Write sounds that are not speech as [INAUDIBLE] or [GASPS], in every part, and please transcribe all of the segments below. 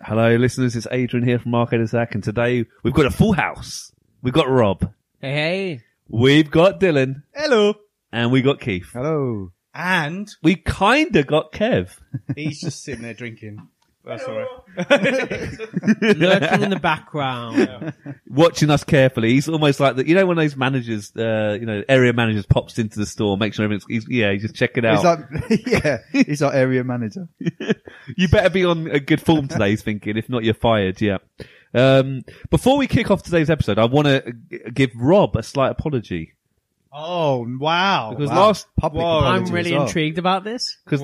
Hello, listeners. It's Adrian here from Arcade Attack, and today we've got a full house. We've got Rob, Hey, hey. we've got Dylan, Hello. and we got Keith. Hello. And We kinda got Kev. he's just sitting there drinking. That's all right. Lurking in the background. [LAUGHS] watching us carefully. He's almost like that. You know, when those managers, uh, you know, area managers pops into the store, make sure everything's, he's, yeah, he's just checking out. He's like, [LAUGHS] yeah, he's our area manager. you better be on a good form today, he's thinking. If not, you're fired. Yeah. Um, before we kick off today's episode, I want to give Rob a slight apology [LAUGHS] Oh wow! Oh, Because last- public, Whoa. I'm apology really as well. intrigued about this. because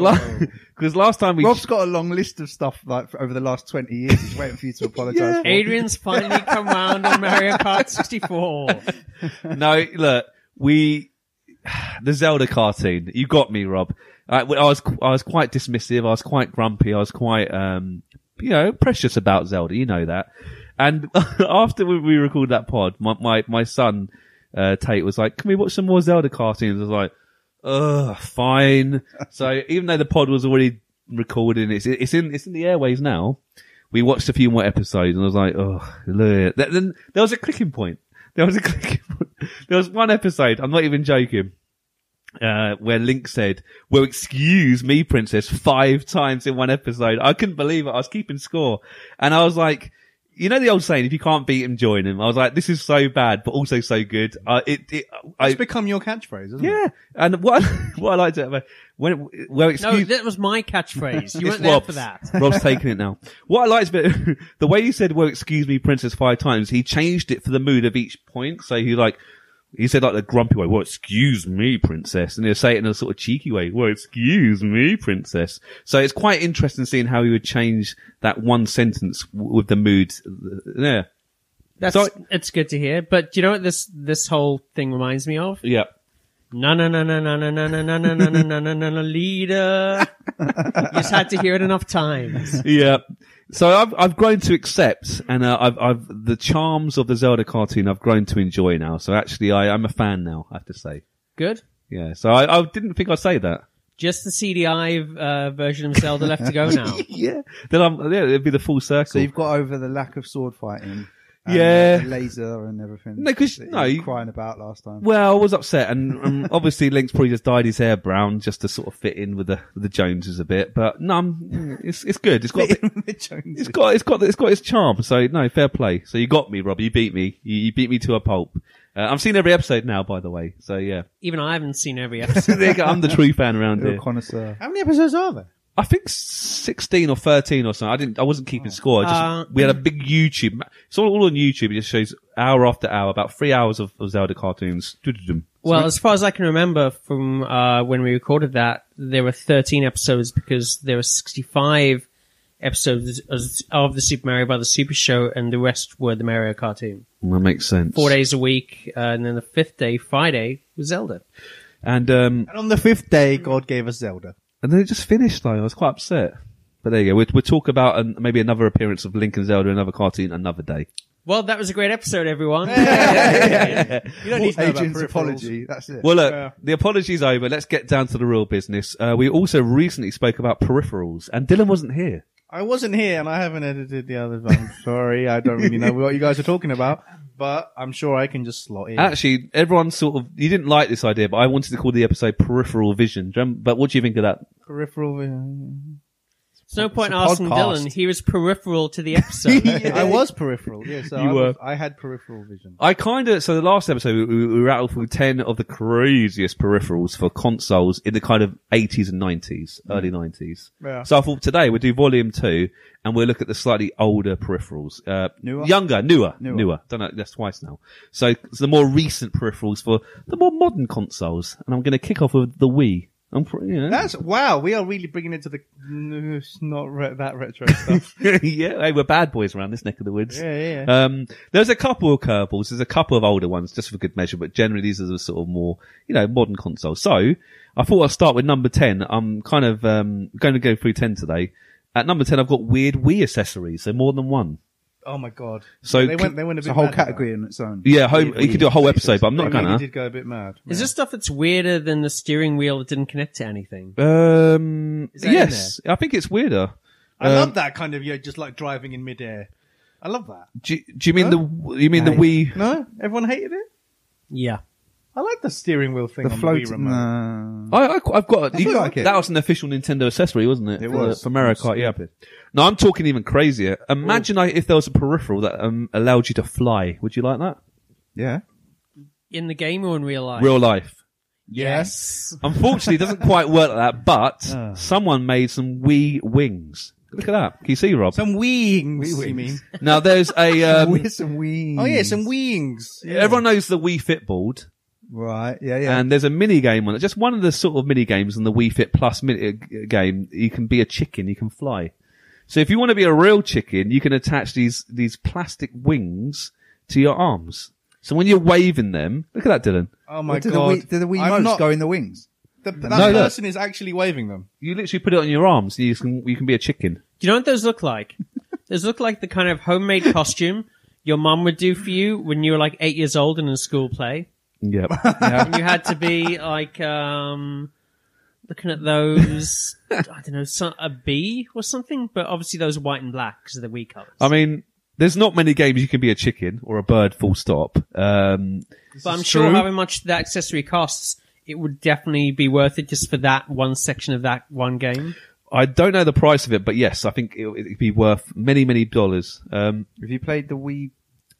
[LAUGHS] because last time we Rob's got a long list of stuff like for over the last twenty years. He's waiting for you to apologise. Yeah. for. Adrian's finally come round on Mario Kart 64. no, look, we the Zelda cartoon. You got me, Rob. I, I was I was quite dismissive. I was quite grumpy. I was quite um you know precious about Zelda. You know that. And [LAUGHS] after we, we recorded that pod, my my, my son uh, Tate was like, "Can we watch some more Zelda cartoons?" I was like, "Ugh, fine." so even though the pod was already recorded, it's it's in it's in the airways now. We watched a few more episodes, and I was like, "Oh, look." Th- Then there was a clicking point. There was a [LAUGHS] clicking point. There was one episode. I'm not even joking. Uh, where Link said, well, excuse me, princess, five times in one episode. I couldn't believe it. I was keeping score. And I was like, you know the old saying, if you can't beat him, join him. I was like, this is so bad, but also so good. Uh, it, it, I, It's become your catchphrase, isn't it? yeah. And what, what I [LAUGHS] liked about, when, well, No, excuse, that was my catchphrase. It's You weren't there Rob's. for that. Rob's taking it [LAUGHS] now. What I liked about [LAUGHS] the way he said, "Well, excuse me, princess," five times. He changed it for the mood of each point. So he like he said like the grumpy way, "Well, excuse me, princess," and he'll say it in a sort of cheeky way, "Well, excuse me, princess." So it's quite interesting seeing how he would change that one sentence w- with the mood. Yeah, That's, So- it's good to hear. But do you know what this, this whole thing reminds me of? yeah. No, no, no, no, no, no, no, no, no, no, no, no, no, no, no, leader. You just had to hear it enough times. yeah. So I've I've grown to accept, and uh, I've I've the charms of the Zelda cartoon I've grown to enjoy now. So actually, I I'm a fan now. I have to say, Good. yeah. So I, I didn't think I'd say [LAUGHS] that. Just the CDI uh, version of Zelda left to go now. Yeah. Then I'm yeah, it'd be the full circle. So you've got over the lack of sword fighting. and, Yeah. uh, the laser and everything. No, 'cause- that no, you you- were crying about last [LAUGHS] time. well, I was upset, and um, [LAUGHS] obviously Link's probably just dyed his hair brown just to sort of fit in with the with the Joneses a bit. But no, I'm, it's it's good. It's got a [LAUGHS] bit, The Joneses. it's got it's got it's got its charm. So no, fair play. So you got me, Rob. You beat me. You, you beat me to a pulp. Uh, I've seen every episode now, by the way. So yeah, Even I haven't seen every episode. [LAUGHS] there you go. I'm the [LAUGHS] true fan around You're here. a connoisseur. How many episodes are there? I think sixteen or thirteen or something. I didn't. I wasn't Oh. keeping score. I just, Uh, we had a big YouTube. It's all, all on YouTube. It just shows hour after hour, about three hours of, of Zelda cartoons. Doo-doo-dum. Well, as far as I can remember from uh, when we recorded that, there were 13 episodes because there were 65 episodes as- of the Super Mario Brothers Super Show, and the rest were the Mario cartoon. That makes sense. Four days a week, uh, and then the fifth day, Friday, was Zelda. And um, And on the fifth day, God gave us [LAUGHS] Zelda. and then it just finished though. I was quite upset. But there you go. We'll, we'll talk about an, maybe another appearance of Link and Zelda, another cartoon, another day. Well, that was a great episode, [LAUGHS] [LAUGHS] everyone. You don't need to know about Adrian's peripherals. apology. That's it. Well, look, the apology's over. Let's get down to the real business. Uh, we also recently spoke about peripherals, and Dylan wasn't here. I wasn't here and I haven't edited the other [LAUGHS] one. Sorry, I don't really know what you guys are talking about, but I'm sure I can just slot in. Uh, Actually, everyone sort of you didn't like this idea, but I wanted to call the episode "Peripheral Vision." Do you rem- But what do you think of that? Peripheral. uh, There's no point a asking podcast. Dylan. He was peripheral to the [LAUGHS] episode. I was peripheral. Yeah, so [LAUGHS] You I, were. was- I had peripheral vision. I kind of so the last episode we, we rattled through ten of the craziest peripherals for consoles in the kind of eighties and nineties, early nineties. Yeah. So I thought today we'll do volume two and we'll look at the slightly older peripherals, uh, Newer? younger, newer, newer. Newer. Don't know, that's twice now. So, so the more recent peripherals for the more modern consoles, and I'm going to kick off with the Wii. I'm pretty, yeah. That's wow. We are really bringing it to the no, it's not re- that retro [LAUGHS] stuff. [LAUGHS] yeah, hey, we're bad boys around this neck of the woods. Yeah, yeah, Uh, Um, there's a couple of curveballs. There's a couple of older ones, just for good measure, but generally these are the sort of more, you know, modern consoles. So I thought I'd start with number 10. I'm kind of, um, going to go through 10 today. At number 10, I've got weird Wii accessories. So more than one. oh my god. So they went. They went a bit. It's a whole mad about category in its own. Yeah, home, you could do a whole episode, but I'm it. not They really gonna. did go a bit mad. Is there stuff that's weirder than the steering wheel that didn't connect to anything? Um, Is that in yes, I think it's weirder. I uh, Um, love that kind of you know, just like driving in midair. I love [LAUGHS] that. Do, you- do you mean the, you mean the No. Wii? No, everyone hated it. Yeah. I like the steering wheel thing The on float. the Wii remote. No. I, I, have got. You like it? That was an official Nintendo accessory, wasn't it? It For- was. for Mario Kart. Yeah. No, I'm talking even crazier. Imagine I, if there was a peripheral that um, allowed you to fly. Would you like that? Yeah. In the game or in real life? Real life. Yes. Unfortunately, it doesn't quite work like that. But [LAUGHS] Ah. someone made some Wii wings. Look at that. Can you see, Rob? Some wings, you mean? now there's a. Um, With [LAUGHS] some wings. Oh yeah, some wings. everyone knows the Wii Fit board. Right. Yeah. Yeah. And there's a mini game on it. Just one of the sort of mini games on the Wii Fit Plus mini uh, game. You can be a chicken. You can fly. So if you want to be a real chicken, you can attach these these plastic wings to your arms. So when you're waving them, look at that, Dylan. Oh Well, my do god. The Wii, do the Wii I'm motes not- go in the wings? the- that No, look. person is actually waving them. You literally put it on your arms, and you can you can be a chicken. Do you know what those look like? those look like the kind of homemade costume your mum would do for you when you were like eight years old and in school play. Yep. And you had to be like, um, looking at those, I don't know, some, a bee or something, but obviously those are white and black because of the Wii colors. I mean, there's not many games you can be a chicken or a bird. Full stop. Um, but I'm is sure true. however much that accessory costs, it would definitely be worth it just for that one section of that one game. I don't know the price of it, but yes, I think it, it'd be worth many many dollars. Um, Have you played the Wii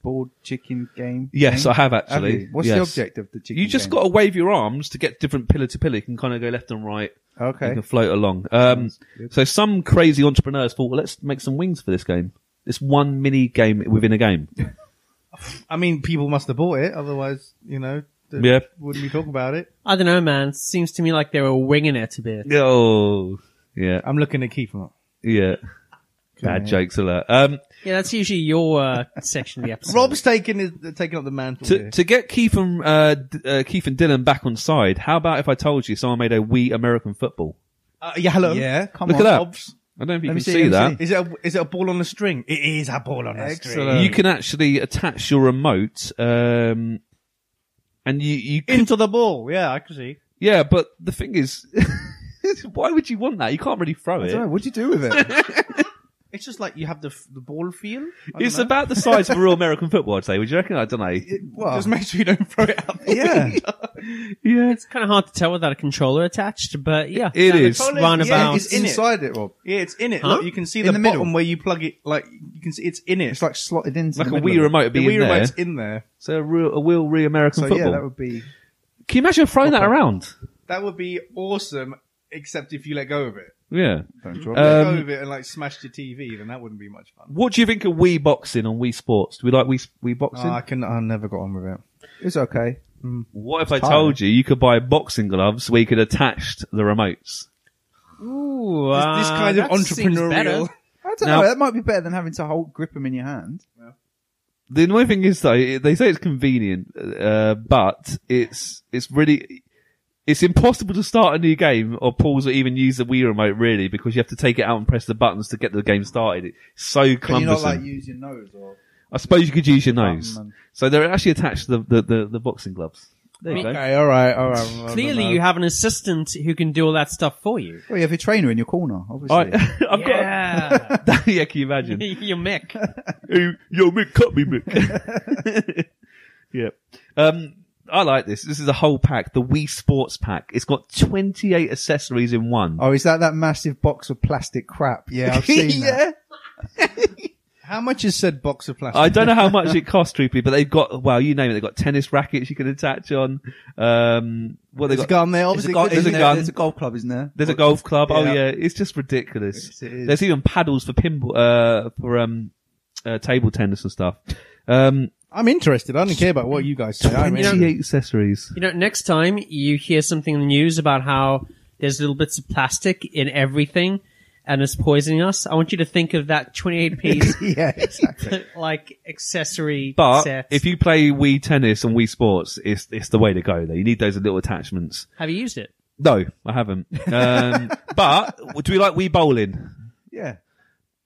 board chicken game? yes, Thing? I have Have actually. you? What's the Yes. object of the chicken? You just game? got to wave your arms to get different pillar to pillar. You can kind of go left and right. Okay. You can float along. Um, so some crazy entrepreneurs thought, well, let's make some wings for this game. This one mini game within a [LAUGHS] game. I mean, people must have bought it, otherwise, you know, they Yeah. wouldn't be talking about it. I don't know, man. Seems to me like they were winging it a bit. Oh, yeah, I'm looking at Keith. Mark. yeah. Bad jokes alert. Um, Yeah, that's usually your uh, section of the episode. Rob's taking his, taking up the mantle. to, here. to get Keith and uh, D- uh, Keith and Dylan back on side, how about if I told you someone made a Wii American football? Uh, yeah, hello. Yeah. Come Look on. at that. Bob's. I don't know if you Let can me see, see, let me that. see. Is it a, is it a ball on a string? It is a ball on a Excellent. string. You can actually attach your remote, um, and you you can Into the ball. Yeah, I can see. Yeah, but the thing is, [LAUGHS] why would you want that? You can't really throw I don't know. it. What'd you do [LAUGHS] with it? It's just like you have the f- the ball feel. I It's don't know. about the size of a real American football, I'd say. Would you reckon? I don't know. Well, Just make sure you don't throw it out. [LAUGHS] the Yeah. window. Yeah. It's kind of hard to tell without a controller attached, but yeah, It that is. looks Yeah, roundabout. it's in it. inside it, Rob. Yeah, it's in it. Huh? Look, you can see In the, the bottom middle. where you plug it. Like you can see it's in it. It's like slotted into Like a the middle Wii of it. remote would the be Wii in there. remote's in there. So a real, a real, real American So football. yeah, that would be. Can you imagine throwing that around? That would be awesome, except if you let go of it. Yeah. Don't drop Uh, it. Let Um, go of it and like smashed your TV, then that wouldn't be much fun. What do you think of Wii boxing on Wii Sports? Do we like Wii, Wii boxing? Oh, Uh, I can. I never got on with it. It's okay. what if I tiring. told you you could buy boxing gloves where you could attach the remotes? Ooh, This, uh, this kind of that seems entrepreneurial. better. I don't Now- know. That might be better than having to hold grip them in your hand. The annoying thing is though, it- they say it's convenient, uh, but it's, it's really, it's impossible to start a new game or pause or even use the Wii remote really because you have to take it out and press the buttons to get the game started. It's so Can you not cumbersome. like use your nose or? I suppose you could use your nose. Button and- So they're actually attached to the, the, the, the boxing gloves. There you go. Okay, all right, all [LAUGHS] right. well, I Clearly, don't you know. have an assistant who can do all that stuff for you. Well, you have your trainer in your corner, [LAUGHS] obviously. I, have yeah, [LAUGHS] got, yeah, can you imagine? you're Mick. Hey, yo, Mick, cut me, Mick. [LAUGHS] yeah. Um, I like this. This is a whole pack, the Wii Sports pack. It's got 28 accessories in one. Oh, is that that massive box of plastic crap? Yeah, I've [LAUGHS] seen that. yeah. How much is said box of plastic? I don't know how much it costs, truthfully, but they've got, well, you name it. They've got tennis rackets you can attach on. Um, what they There's a got? gun there. There's Obviously, a, go- There's a isn't there- gun. there's a golf club, isn't there? [LAUGHS] There's a golf club. Oh Yeah. yeah. It's just ridiculous. Yes, it is. There's even paddles for pinball, uh, for, um, uh, table tennis and stuff. Um, I'm interested. I don't care about what you guys say. I'm 28 accessories. You know, next time you hear something in the news about how There's little bits of plastic in everything, and it's poisoning us. I want you to think of that [LAUGHS] 28 piece [LAUGHS] yeah, exactly. like accessory But set. if you play Wii Tennis and Wii Sports, it's it's the way to go. There, you need those little attachments. have you used it? No, I haven't. [LAUGHS] Um, but do we like Wii Bowling? [LAUGHS] Yeah.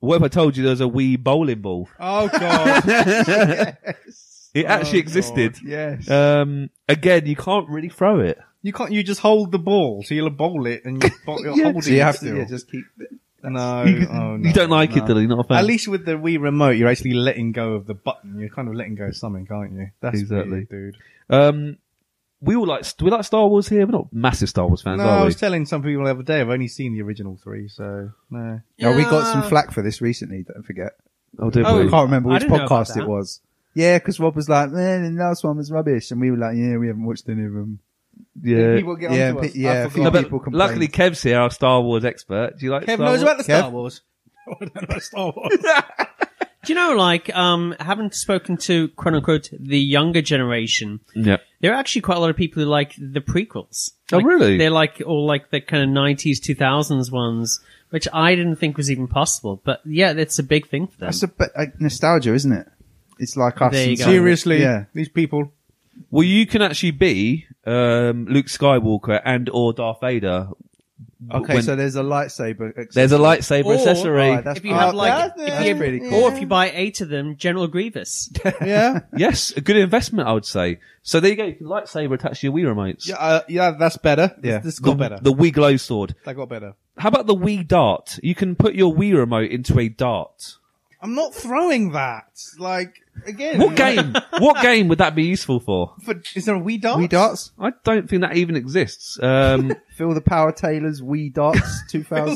What if I told you there's a Wii Bowling ball? Oh god. It Oh, actually existed. Oh, Yes. Uh, Um, again, you can't really throw it. you can't. You just hold the ball, so you'll bowl it and you bowl, you're holding so you it have still. to [LAUGHS] yeah, just keep. [LAUGHS] no, oh, no, you don't like it, no. Dilly? Not a fan. At least with the Wii remote, you're actually letting go of the button. You're kind of letting go of something, aren't you? That's Exactly. weird, dude. Um, we all like. Do we like Star Wars here? We're not massive Star Wars fans, No, I are we? was telling some people the other day. I've only seen the original three, so no. Oh, we got Yeah. some flack for this recently. Don't forget. oh, did Oh, I we? can't remember I which didn't know about podcast it that. was. Yeah, because Rob was like, "Man, the last one was rubbish," and we were like, "Yeah, we haven't watched any of them." Yeah. People get yeah, onto pe- us. yeah, I a forgot. few No, but people complained. luckily, Kev's here, our Star Wars expert. Do you like Kev Star knows Wars? about the Kev? Star Wars. No, I don't know Star Wars. Do you know, like, um, having spoken to quote unquote the younger generation, Yeah. there are actually quite a lot of people who like the prequels. Oh, Like, really? They're like all like the kind of nineties, two thousands ones, which I didn't think was even possible. But yeah, that's a big thing for them. that's a bit like nostalgia, isn't it? It's like us. There you and go. stuff. Seriously, Yeah. these people. Well, you can actually be um, Luke Skywalker and or Darth Vader. Okay, When- so there's a lightsaber. accessory. There's a lightsaber Or- accessory. Alright, that's if you have oh, like, that's- if you, that's pretty or cool. if you buy eight of them, General Grievous. [LAUGHS] [LAUGHS] [LAUGHS] Yeah, yes, a good investment, I would say. So there you go. You can lightsaber attach to your Wii remotes. yeah, uh, yeah. That's better. Yeah. this, this The, got better. the Wii glow sword. that got better. How about the Wii dart? You can put your Wii remote into a dart. I'm not throwing that. Like again, What game? what game would that be useful for? For, is there a Wii Dart? [LAUGHS] Wii darts. I don't think that even exists. Um, Feel the power tailors. Wii [LAUGHS] darts. Power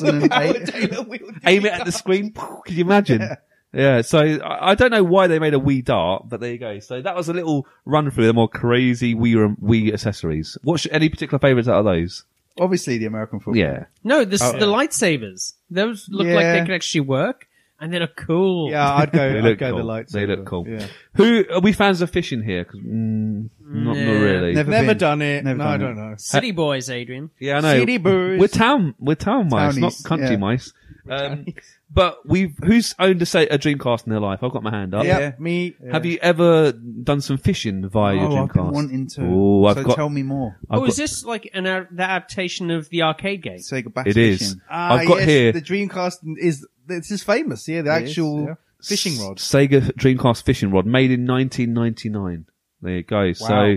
[LAUGHS] 2008. Taylor Wheel aim it Dart. at the [LAUGHS] screen. Could you imagine? Yeah. so I I don't know why they made a Wii Dart, but there you go. So that was a little run through the more crazy Wii rem- Wii accessories. What's your- any particular favourites out of those? Obviously, the American football. Oh, Yeah, No, this, the lightsabers. Those look like they Yeah. could actually work, and they look cool. Yeah, I'd go. they I'd look go cool. the lights. They look cool. Yeah. Who are we fans of fishing here? 'Cause, mm, not, Yeah. not really. Never, Never been. done it. Never no, done I it. don't know. City boys, Adrian. Yeah, I know. City boys. We're town, we're town mice, not Townies, country yeah. mice. [LAUGHS] Um, but we've who's owned a, sa- a Dreamcast in their life? I've got my hand up. Yeah, me. Have you ever done some fishing via your Oh, I've Dreamcast? been wanting to. Oh, I've so got. tell me more. I've oh, got- is this like an ad- the adaptation of the arcade game? Sega bass It is. fishing. Ah, I've got yes, here the Dreamcast is this is famous. Yeah, the is, actual yeah. fishing rod. Sega Dreamcast fishing rod made in 1999. There you go. So,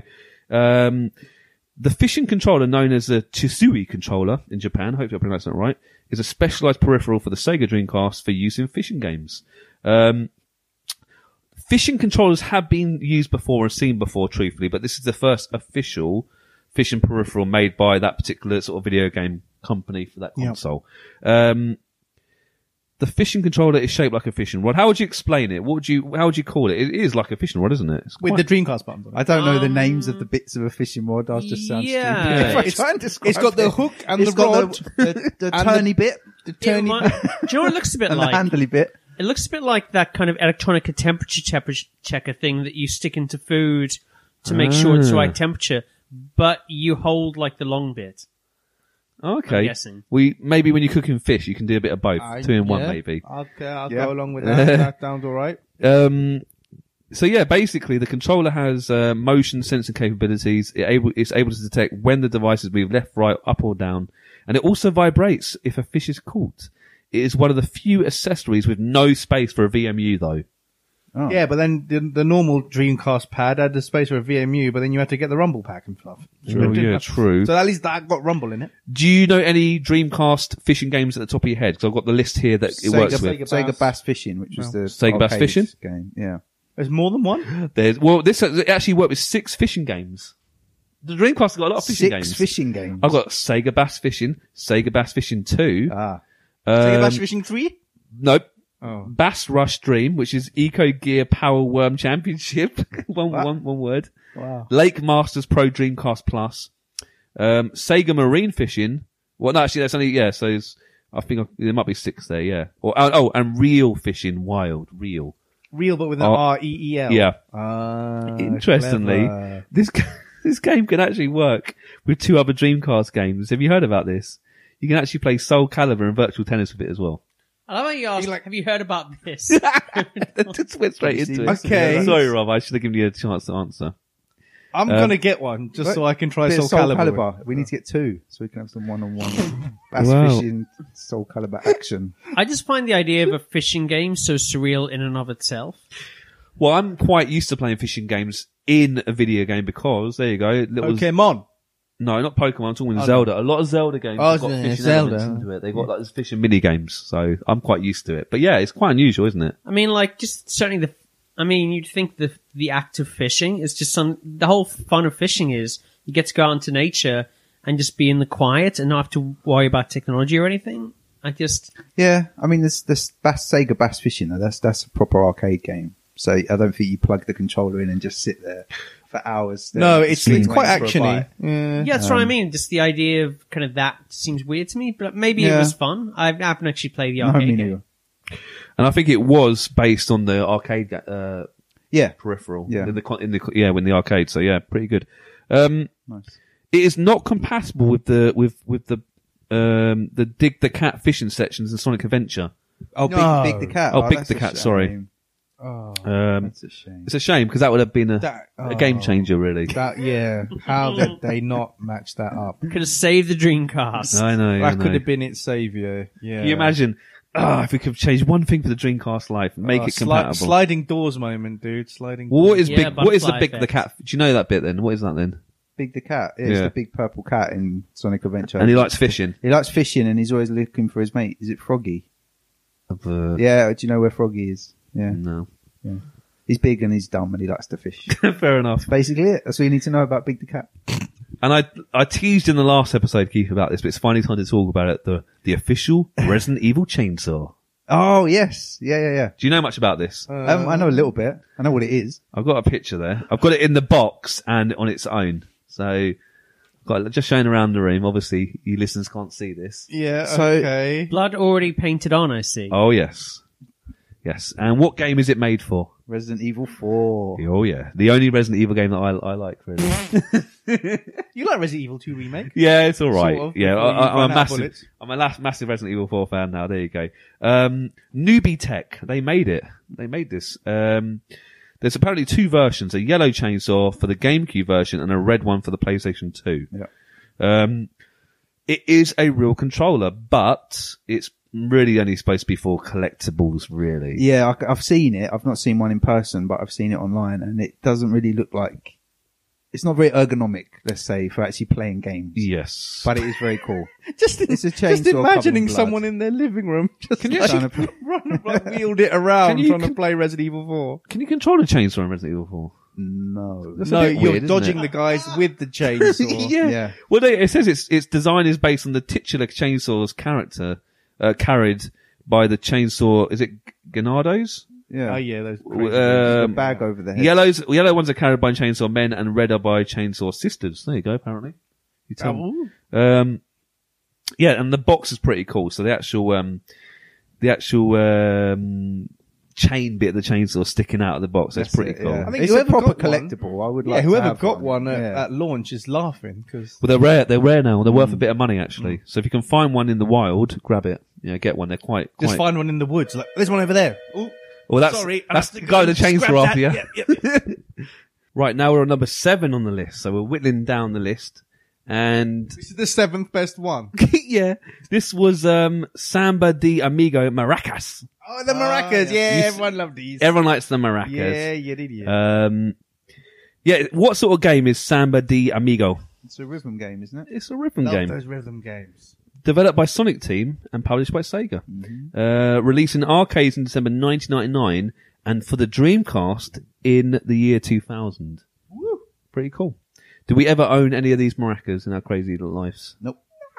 um, the fishing controller known as the Chisui controller in Japan, hopefully I pronounced that right, is a specialized peripheral for the Sega Dreamcast for use in fishing games. Um, fishing controllers have been used before and seen before, truthfully, but this is the first official fishing peripheral made by that particular sort of video game company for that console. Um, the fishing controller is shaped like a fishing rod. How would you explain it? What would you? How would you call it? It is like a fishing rod, isn't it? It's With quite- the Dreamcast buttons. on it. I don't know the names of the bits of a fishing rod. I was just sounding Yeah. [LAUGHS] stupid. If I It's- try and describe it's got the it, hook and [LAUGHS] it's the got rod. [LAUGHS] the, the, the and [LAUGHS] the- turny bit, the It remi- do you know what it looks a [LAUGHS] bit and like? the handly bit. It looks a bit like that kind of electronic temperature temperature checker thing that you stick into food to make sure it's the right temperature, but you hold like the long bit. Oh, okay. I'm guessing. We maybe when you're cooking fish, you can do a bit of [LAUGHS] both, two in one Yeah. maybe. Okay, I'll Yeah. go along with that. that sounds all right. Um, so yeah, basically the controller has uh, motion sensing capabilities. It able it's able to detect when the device is moved left, right, up, or down, and it also vibrates if a fish is caught. It is one of the few accessories with no space for a VMU though. Oh. Yeah, but then the, the normal Dreamcast pad had the space for a VMU, but then you had to get the Rumble pack and stuff. True, Didn't Oh, yeah, have- true. So at least that got Rumble in it. Do you know any Dreamcast fishing games at the top of your head? Because I've got the list here that it works with. Sega, Sega bass fishing, which was the Sega Bass arcade Fishing? game. Yeah, There's more than one. There's well, this uh, it actually worked with six fishing games. The Dreamcast has got a lot of fishing six games. fishing games. I've got Sega Bass Fishing, Sega Bass Fishing Two. Ah, um, Sega Bass Fishing Three. Nope. Oh. Bass Rush Dream, which is Eco Gear Power Worm Championship. [LAUGHS] one, one, one word. Wow. Lake Masters Pro Dreamcast Plus. Um, Sega Marine Fishing. Well, no, actually, that's only yeah. So it's, I think I, there might be six there. Yeah. Or oh, oh, and Real Fishing Wild Real. Real, but with an Oh. R E E L. Yeah. Uh, Ah, Interestingly, [LAUGHS] clever. this g- this game can actually work with two other Dreamcast games. Have you heard about this? you can actually play Soul Calibur and virtual tennis with it as well. I love how you asked, like- have you heard about this? Just went straight into it. Okay. Sorry, Rob. I should have given you a chance to answer. I'm Um, gonna get one just so I can try Bit of Soul, Soul Calibur. with. Calibur. We need to get two so we can have [LAUGHS] some one-on-one bass Wow. fishing Soul Calibur action. [LAUGHS] I just find the idea of a fishing game so surreal in and of itself. Well, I'm quite used to playing fishing games in a video game because there you go. Little, Pokemon. No, not Pokemon. I'm talking Zelda. A lot of Zelda games Oh, have got yeah, fishing Zelda. elements into it. They've got like these fishing mini games, so I'm quite used to it. But yeah, it's quite unusual, isn't it? I mean, like, just certainly the. I mean, you'd think the the act of fishing is just some. The whole fun of fishing is you get to go out into nature and just be in the quiet and not have to worry about technology or anything. I just Yeah, I mean, this this bass Sega bass fishing though. That's that's a proper arcade game. So I don't think you plug the controller in and just sit there for hours. staring No, at the it's screen it's quite waiting for a actiony. bite. Yeah. yeah, that's what I mean. Just the idea of kind of that seems weird to me, but maybe it Yeah. was fun. I haven't actually played the No, arcade me game. neither. And I think it was based on the arcade ga- uh, Yeah, peripheral. Yeah. In the con- in the co- yeah, in the arcade. So yeah, pretty good. Um, nice. it is not compatible with the with with the um the dig the cat fishing sections in Sonic Adventure. Oh, No. big, big the cat. Oh, Big that's the a Cat, shame. sorry. Um, that's a shame. it's a shame because that would have been a, That- a game oh. changer, really. That yeah. How [LAUGHS] did they not match that up? Could have saved the Dreamcast. I know. I That know. could have been its savior. Yeah. Can you imagine? Ah, if we could change one thing for the Dreamcast life, make Oh, it sli- compatible. sliding doors moment, dude. Sliding. Well, what is Yeah, big? What is the butterfly big the effect. cat? Do you know that bit then? What is that then? Big the cat. Yeah, It's Yeah. the big purple cat in Sonic Adventure. And he likes fishing. He likes fishing and he's always looking for his mate. Is it Froggy? Uh, Yeah, do you know where Froggy is? Yeah. No. [LAUGHS] He's big and he's dumb and he likes to fish. [LAUGHS] Fair enough. Basically it. That's all you need to know about Big the Cat. And I I teased in the last episode, Keith, about this, but it's finally time to talk about it. The the official Resident Evil chainsaw. Oh, yes. Yeah, yeah, yeah. Do you know much about this? Um, I know a little bit. I know what it is. I've got a picture there. I've got it in the box and on its own. So, got just showing around the room. Obviously, you listeners can't see this. Yeah. So- okay. Blood already painted on. I see. Oh yes, yes. And what game is it made for? Resident Evil 4. Oh yeah, the only Resident Evil game that I, I like really. You like Resident Evil 2 remake? [LAUGHS] yeah, it's all right. Sort of, yeah, before you I, I, I'm run out a of massive. bullets. I'm a last, massive Resident Evil 4 fan now. There you go. Um, Newbie Tech, they made it. They made this. Um, there's apparently two versions: a yellow chainsaw for the GameCube version and a red one for the PlayStation 2. Yeah. Um, it is a real controller, but it's really only supposed to be for collectibles, really. Yeah, I, have seen it. I've not seen one in person, but I've seen it online and it doesn't really look like, it's not very ergonomic, let's say, for actually playing games. Yes. But it is very [LAUGHS] cool. Just, It's a just chainsaw covered in imagining blood. someone in their living room [LAUGHS] just Can you like, actually- run, [LAUGHS] like, wheeled it around Can you trying to con- play Resident Evil 4. Can you control a chainsaw in Resident Evil 4? No. That's a no, bit you're weird, isn't dodging it? the guys with [LAUGHS] the [LAUGHS] chainsaw. Yeah. Well, they, it says its its design is based on the titular chainsaw's character uh, carried by the chainsaw. Is it Ganados? Yeah. Oh yeah, those W- crazy- The Um, bag over the head. yellows, yellow ones are carried by chainsaw men, and red are by chainsaw sisters. There you go. Apparently, you tell me. Oh, Um, yeah, and the box is pretty cool. So the actual, um, the actual um, chain bit of the chainsaw sticking out of the box. That's, That's pretty it, cool. yeah. I think it's a whoever proper got one- collectible. I would yeah, like. to whoever have got one, at, Yeah. at launch is laughing because Well, they're rare. They're rare now. They're worth Hmm. a bit of money actually. So if you can find one in the wild, grab it. Yeah, get one. They're quite. quite just find one in the woods. Like there's one over there. Ooh, Well, that's sorry, I that's have to the guy with the and chainsaw scrap after you. that. Yep, yep, [LAUGHS] yep. Right now we're on number seven on the list, so we're whittling down the list. And [LAUGHS] this is the seventh best one. yeah, this was um Samba de Amigo Maracas. [LAUGHS] Oh, the maracas. Ah, yeah, yeah. You s- everyone loved these. Everyone likes the maracas. yeah, you did. Yeah. Um, yeah. What sort of game is Samba de Amigo? It's a rhythm game, isn't it? It's a rhythm Love game those rhythm games. developed by Sonic Team and published by Sega. Uh, released in arcades in December 1999 and for the Dreamcast in the year 2000. Pretty cool. Do we ever own any of these maracas in our crazy little lives? No.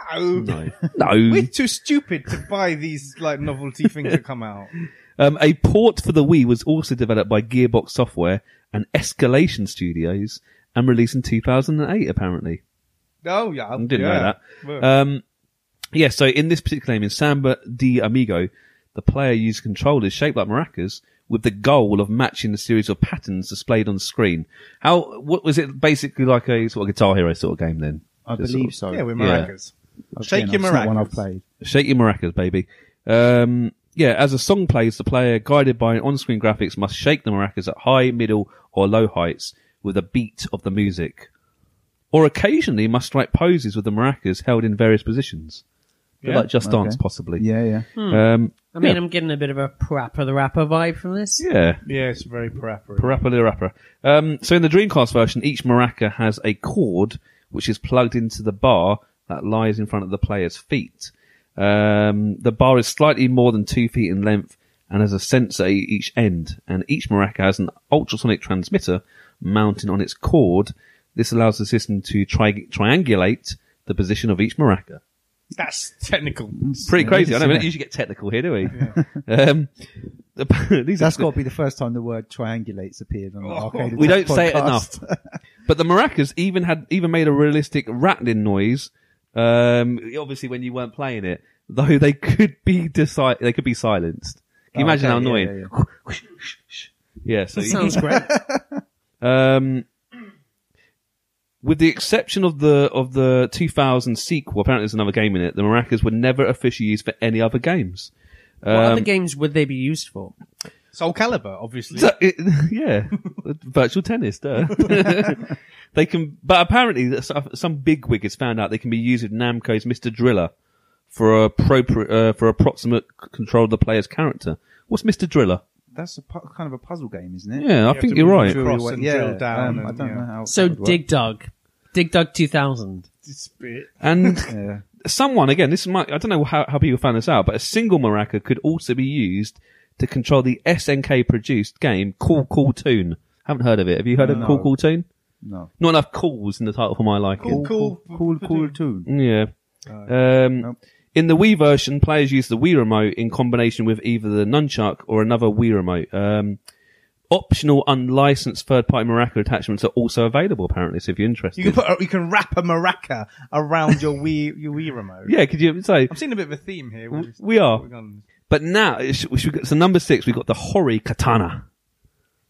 [LAUGHS] No. We're no. too stupid to buy these like novelty things that [LAUGHS] come out. Um, a port for the Wii was also developed by Gearbox Software and Escalation Studios and released in 2008, apparently. Oh yeah, I Didn't yeah. know Well, that. Um, yeah, so in this particular game, in Samba de Amigo, the player uses controllers shaped like maracas with the goal of matching the series of patterns displayed on screen. How, what was it basically like a sort of Guitar Hero sort of game then? I Just believe sort so. yeah, we're Yeah. maracas. Shake Again, your it's not one maracas. I've played. Shake your maracas, baby. Um, yeah, as a song plays, the player, guided by on-screen graphics, must shake the maracas at high, middle, or low heights with a beat of the music, or occasionally must strike poses with the maracas held in various positions, A bit Yeah, like Just okay. Dance, possibly. Yeah, [LAUGHS] yeah. Um, I yeah, mean, I'm getting a bit of a Parappa the Rapper vibe from this. yeah. Yeah, it's very parappa. Parappa the Rapper. Um, so in the Dreamcast version, each maraca has a cord which is plugged into the bar that lies in front of the player's feet. Um, the bar is slightly more than two feet in length and has a sensor at each end, and each maraca has an ultrasonic transmitter mounted on its cord. This allows the system to tri- triangulate the position of each maraca. That's technical. Pretty Yeah, crazy. I don't yeah. usually get technical here, do we? [LAUGHS] Um, these That's are- got to be the first time the word triangulates appeared on the Oh. arcade. we don't Attack say it podcast. enough. [LAUGHS] But the maracas even had even made a realistic rattling noise. Um, obviously, when you weren't playing it, [LAUGHS] though they could be deci- they could be silenced. Can you Oh, imagine okay, how yeah, annoying? yeah, [LAUGHS] Yeah, so That you- sounds great. um, with the exception of the of the 2000 sequel, apparently there's another game in it. The maracas were never officially used for any other games. what other games would they be used for? Soul Calibur, [LAUGHS] obviously. So, it, yeah, virtual tennis. [LAUGHS] Duh. they can, but apparently that so- some bigwig has found out they can be used with Namco's Mr. Driller for appropriate uh, for approximate c- control of the player's character. What's Mr. Driller? That's a pu- kind of a puzzle game, isn't it? Yeah, I have think to you're move right. through- Cross and drill down um, I and, don't yeah. know how. So that would work. Dig Dug, Dig Dug 2000. And [LAUGHS] Yeah. someone again, this might I don't know how, how people found this out, but a single maraca could also be used to control the SNK produced game Call Call Tune. Haven't heard of it. Have you heard of Call Call Tune? No. Not enough calls in the title for my liking. Cool, cool, Cool, cool tune. Yeah. Um, Nope. In the Wii version, players use the Wii remote in combination with either the nunchuck or another Wii remote. Um, optional unlicensed third-party maraca attachments are also available, apparently. So if you're interested, You can put, a, you can wrap a maraca around your Wii, your Wii remote. yeah, could you say? I'm seeing a bit of a theme here. We're just- We are. we're gone- But now, it's- we should get- so number six, we've got the Hori Katana.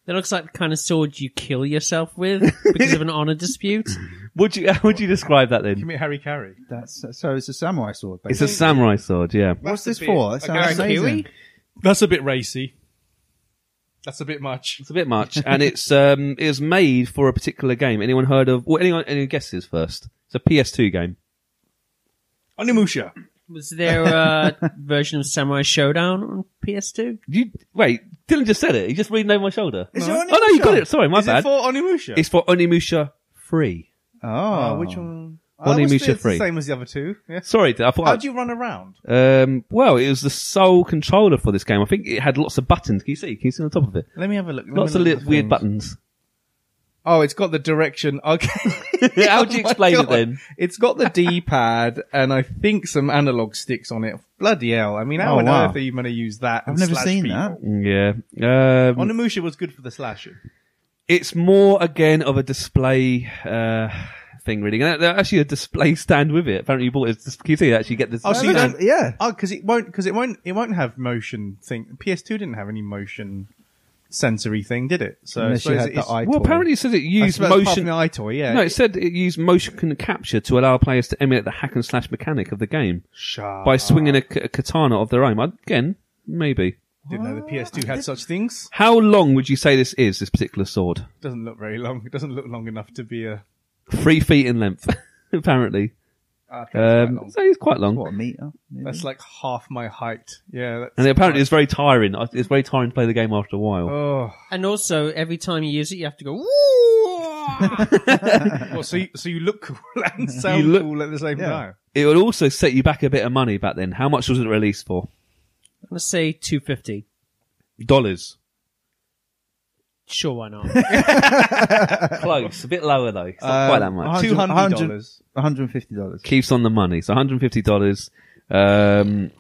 That looks like the kind of sword you kill yourself with because of an honor dispute. Would you [LAUGHS] how would you describe that Give then? me a Harry Carey. That's so. It's a samurai sword. It's a Basically. samurai sword, yeah. What's That's this a bit- for? It a sounds Harakiri? amazing. That's a bit racy. That's a bit much. It's a bit much, [LAUGHS] and it's um it was made for a particular game. Anyone heard of? Well, anyone any guesses first? It's a PS2 game. Onimusha. Was there a version of Samurai Showdown on PS2? You wait, Dylan just said it. He just read over my shoulder. Is oh no, it you Onimusha? got it. Sorry, my Is bad. it for Onimusha? it's for Onimusha Free. Oh, Oh, which one? Onimusha it's the- it's three. The same as the other two. Yeah. Sorry, I thought. How do you run around? um, well, it was the sole controller for this game. I think it had lots of buttons. Can you see? Can you see on the top of it? Let me have a look. Let me Lots of look at little the weird things. buttons. Oh, it's got the direction. Okay. [LAUGHS] [LAUGHS] How would you Oh my explain it God. then? It's got the D-pad and I think some analog sticks on it. Bloody hell! I mean, how Oh, on wow. earth are you going to use that? I've and never slash seen people? that. Yeah. Um, Onimusha was good for the slashing. it's more again of a display uh, thing, really. And there's actually a display [LAUGHS] stand with it. Apparently, you bought it. Can you see? Actually, get this. Oh, so you Yeah. don't- Yeah. Oh, because it won't. Because it won't. It won't have motion thing. PS2 didn't have any motion sensory thing, did it? So I Unless you suppose had it's- the eye well, toy. apparently, it says it I used suppose apart from motion. the eye toy. Yeah. No, it said it used motion con- capture to allow players to emulate the hack and slash mechanic of the game Shut by up. swinging a, k- a katana of their own. I- Again, maybe. Didn't know the PS2 had such things. How long would you say this is? This particular sword, Doesn't look very long. It doesn't look long enough to be a. three feet in length, [LAUGHS] apparently. Okay, that's, quite Um, long. so it's quite long, What a meter? maybe? That's like half my height. Yeah. That's and apparently it's very tiring. I- It's very tiring to play the game after a while. Oh. And also, every time you use it, you have to go, "Woo!" Well, so you, so you look cool [LAUGHS] and sound look- cool at the same Yeah. time. It would also set you back a bit of money back then. How much was it released for? Let's say 250. Dollars. Sure, why [LAUGHS] not? Close. a bit lower though. It's not quite that much. Two Um, hundred 100 dollars. $150. keeps on the money. So $150. Um,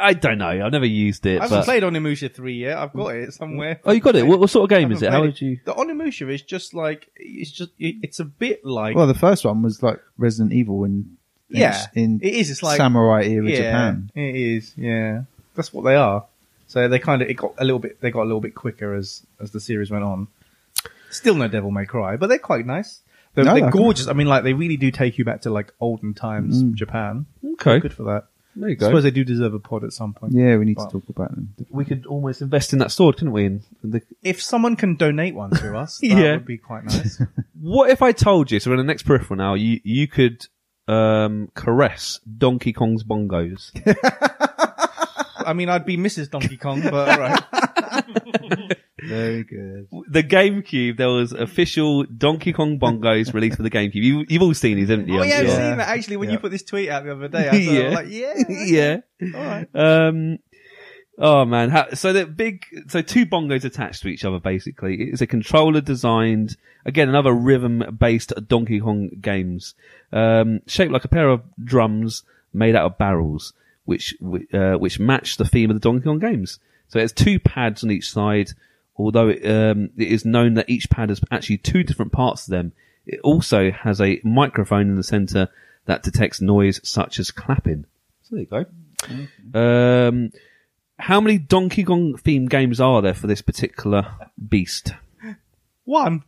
I don't know. I've never used it. I haven't but... played Onimusha three yet. I've got it somewhere. Oh, you got it. What, what sort of game is I it? haven't How played would you? The Onimusha is just like it's just it, it's a bit like Well, the first one was like Resident Evil in, in yeah. in it is. It's like samurai era yeah, Japan. It is. Yeah, that's what they are. So they kind of it got a little bit. They got a little bit quicker as as the series went on. Still no Devil May Cry, but they're quite nice. They're, No, they're I can- Mm. gorgeous. I mean, like they really do take you back to like olden times Japan. Okay. good for that. There you I go. suppose they do deserve a pod at some point. Yeah, we need Well. to talk about them. we could almost invest in that sword, couldn't we? In, in the, If someone can donate one [LAUGHS] to us, that Yeah. would be quite nice. what if I told you? So in the next peripheral now, you you could um, caress Donkey Kong's bongos. I mean, I'd be Mrs. Donkey Kong, but all [LAUGHS] right. Very good. the GameCube, there was official Donkey Kong bongos released for the GameCube. You, you've all seen these, haven't you? Oh yeah, I've yeah. seen that actually. When you Yeah. put this tweet out the [LAUGHS] other day, I was Yeah. like, [LAUGHS] yeah, yeah. all right. Um, oh man, How, so the big, so two bongos attached to each other. Basically, it's a controller designed again another rhythm-based Donkey Kong games, um, shaped like a pair of drums made out of barrels, which wi- uh, which match the theme of the Donkey Kong games. So it has two pads on each side. Although it, um, it is known that each pad has actually two different parts to them, it also has a microphone in the center that detects noise such as clapping. So there you go. Um, how many Donkey Kong themed games are there for this particular beast? One.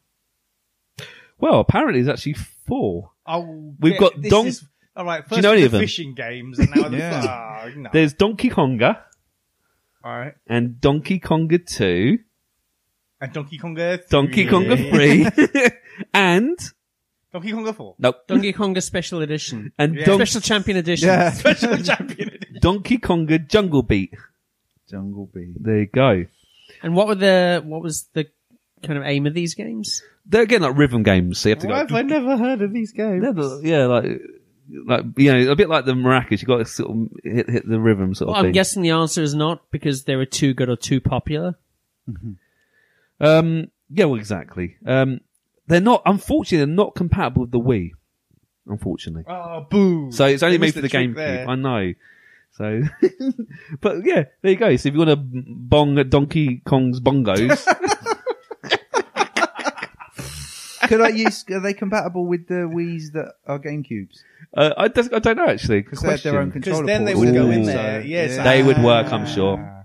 Well, apparently there's actually four. Oh, We've yeah, got this Don- is- All right, first you know any the of them? fishing [LAUGHS] games, and now the Yeah. oh, no. There's Donkey Konga all right, and Donkey Konga 2, and Donkey Konga, Donkey three. Konga 3, [LAUGHS] and, [LAUGHS] Donkey [LAUGHS] Konga Four, no, Donkey Konga Special Edition. and Yeah. Don- Special Champion Edition. Yeah. Special Champion. Edition. Donkey Konga Jungle Beat. [LAUGHS] Jungle Bee. There you go. And what were the what was the kind of aim of these games? They're again like rhythm games, so you have to Why have go. I never heard of these games? They're the- yeah, like, like, you know, a bit like the maracas, you got to sort of hit, hit the rhythm sort of Well, I'm thing. guessing the answer is not because they were too good or too popular. Um, yeah, well, exactly. Um, they're not, unfortunately, they're not compatible with the Wii. Unfortunately. Oh, boo! So it's only They made missed for the the trick GameCube. there. I know. So, [LAUGHS] but yeah, there you go. So if you want to bong at Donkey Kong's [LAUGHS] bongos, Could I use? Are they compatible with the Wii's that are GameCubes? uh, I, don't- I don't know actually. Because they have their own Question. controller. then they ports. would go in Ooh. there, yes. Yeah. They would work, Ah. I'm sure.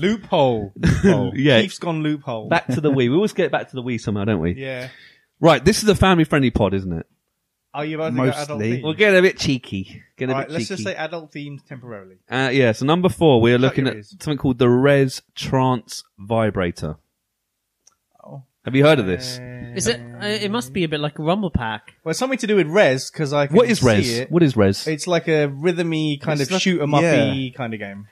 loophole. [LAUGHS] Yeah. Keith's gone loophole. Back to the Wii. We always get back to the Wii somehow, don't we? yeah. Right. This is a family-friendly pod, isn't it? Are you about to go Mostly. adult We're themed? getting a bit cheeky. Getting All a right, bit let's cheeky. just say adult themed temporarily. Uh, yeah, so number four, we're Shut looking your at ears. something called the Res Trance Vibrator. Oh. Have you heard of this? Is it? Uh, it must be a bit like a Rumble Pack. Well, it's something to do with Res because I can What is see Res? it. What is Res? It's like a rhythmy kind It's of like- shoot 'em uppy kind of game.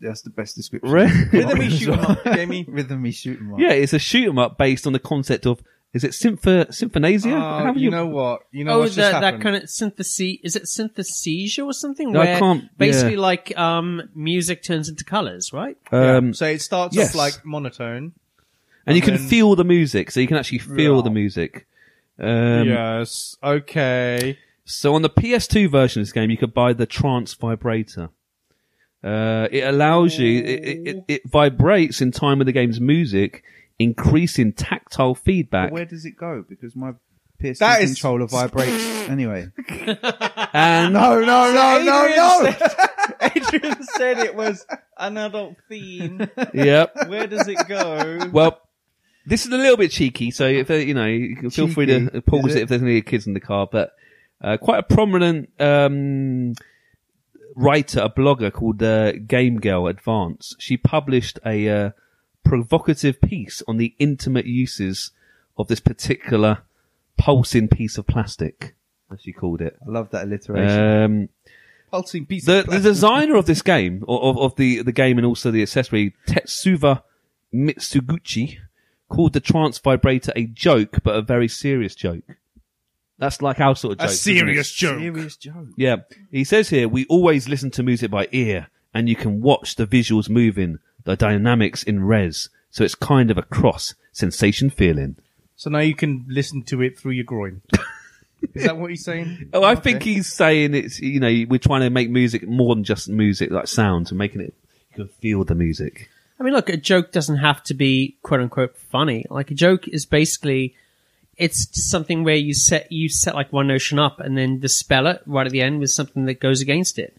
That's the best description. Re- [LAUGHS] Rhythmy shoot 'em [LAUGHS] up, Jamie. Rhythmy shooting one. yeah, it's a shoot 'em up based on the concept of is it symph- symphonasia? Oh, How do you, know what? You know oh, what's just that that happened? kind of synthesis. Is it synthesia or something? No, I Where can't- yeah. basically like um music turns into colors, right? um, Yeah. So it starts yes. off like monotone. and you and can then- feel the music, so you can actually feel Yeah. the music. Um, yes. Okay. So on the PS2 version of this game, you could buy the Trance Vibrator. Uh, it allows you, it, it, Oh. it, it vibrates in time with the game's music, increasing tactile feedback. But where does it go? Because my PS2 That is- [LAUGHS] controller vibrates. anyway. And No, no, no, no, no. [LAUGHS] Adrian said it was an adult theme. [LAUGHS] yep. Where does it go? Well, this is a little bit cheeky, so if uh, you know, you can feel free to Cheeky, pause is it? it? if there's any kids in the car. But uh, quite a prominent um, writer, a blogger called uh, Game Girl Advance, she published a uh, provocative piece on the intimate uses of this particular pulsing piece of plastic, as she called it. I love that alliteration. Um, Pulsing piece. the, the designer of this game, or of, of the, the game and also the accessory, Tetsuva Mitsuguchi, called the trance vibrator a joke, but a very serious joke. That's like our sort of joke. isn't it? Serious joke. Yeah. He says here, we always listen to music by ear, and you can watch the visuals moving, the dynamics in res, so it's kind of a cross sensation feeling. So now you can listen to it through your [LAUGHS] groin. Is that what you're saying? Oh, I think he's saying it's, you know, we're trying to make music more than just music, like sounds, and making it, you can feel the music. I mean, look, a joke doesn't have to be quote unquote funny. Like a joke is basically, it's just something where you set you set like one notion up and then dispel it right at the end with something that goes against it.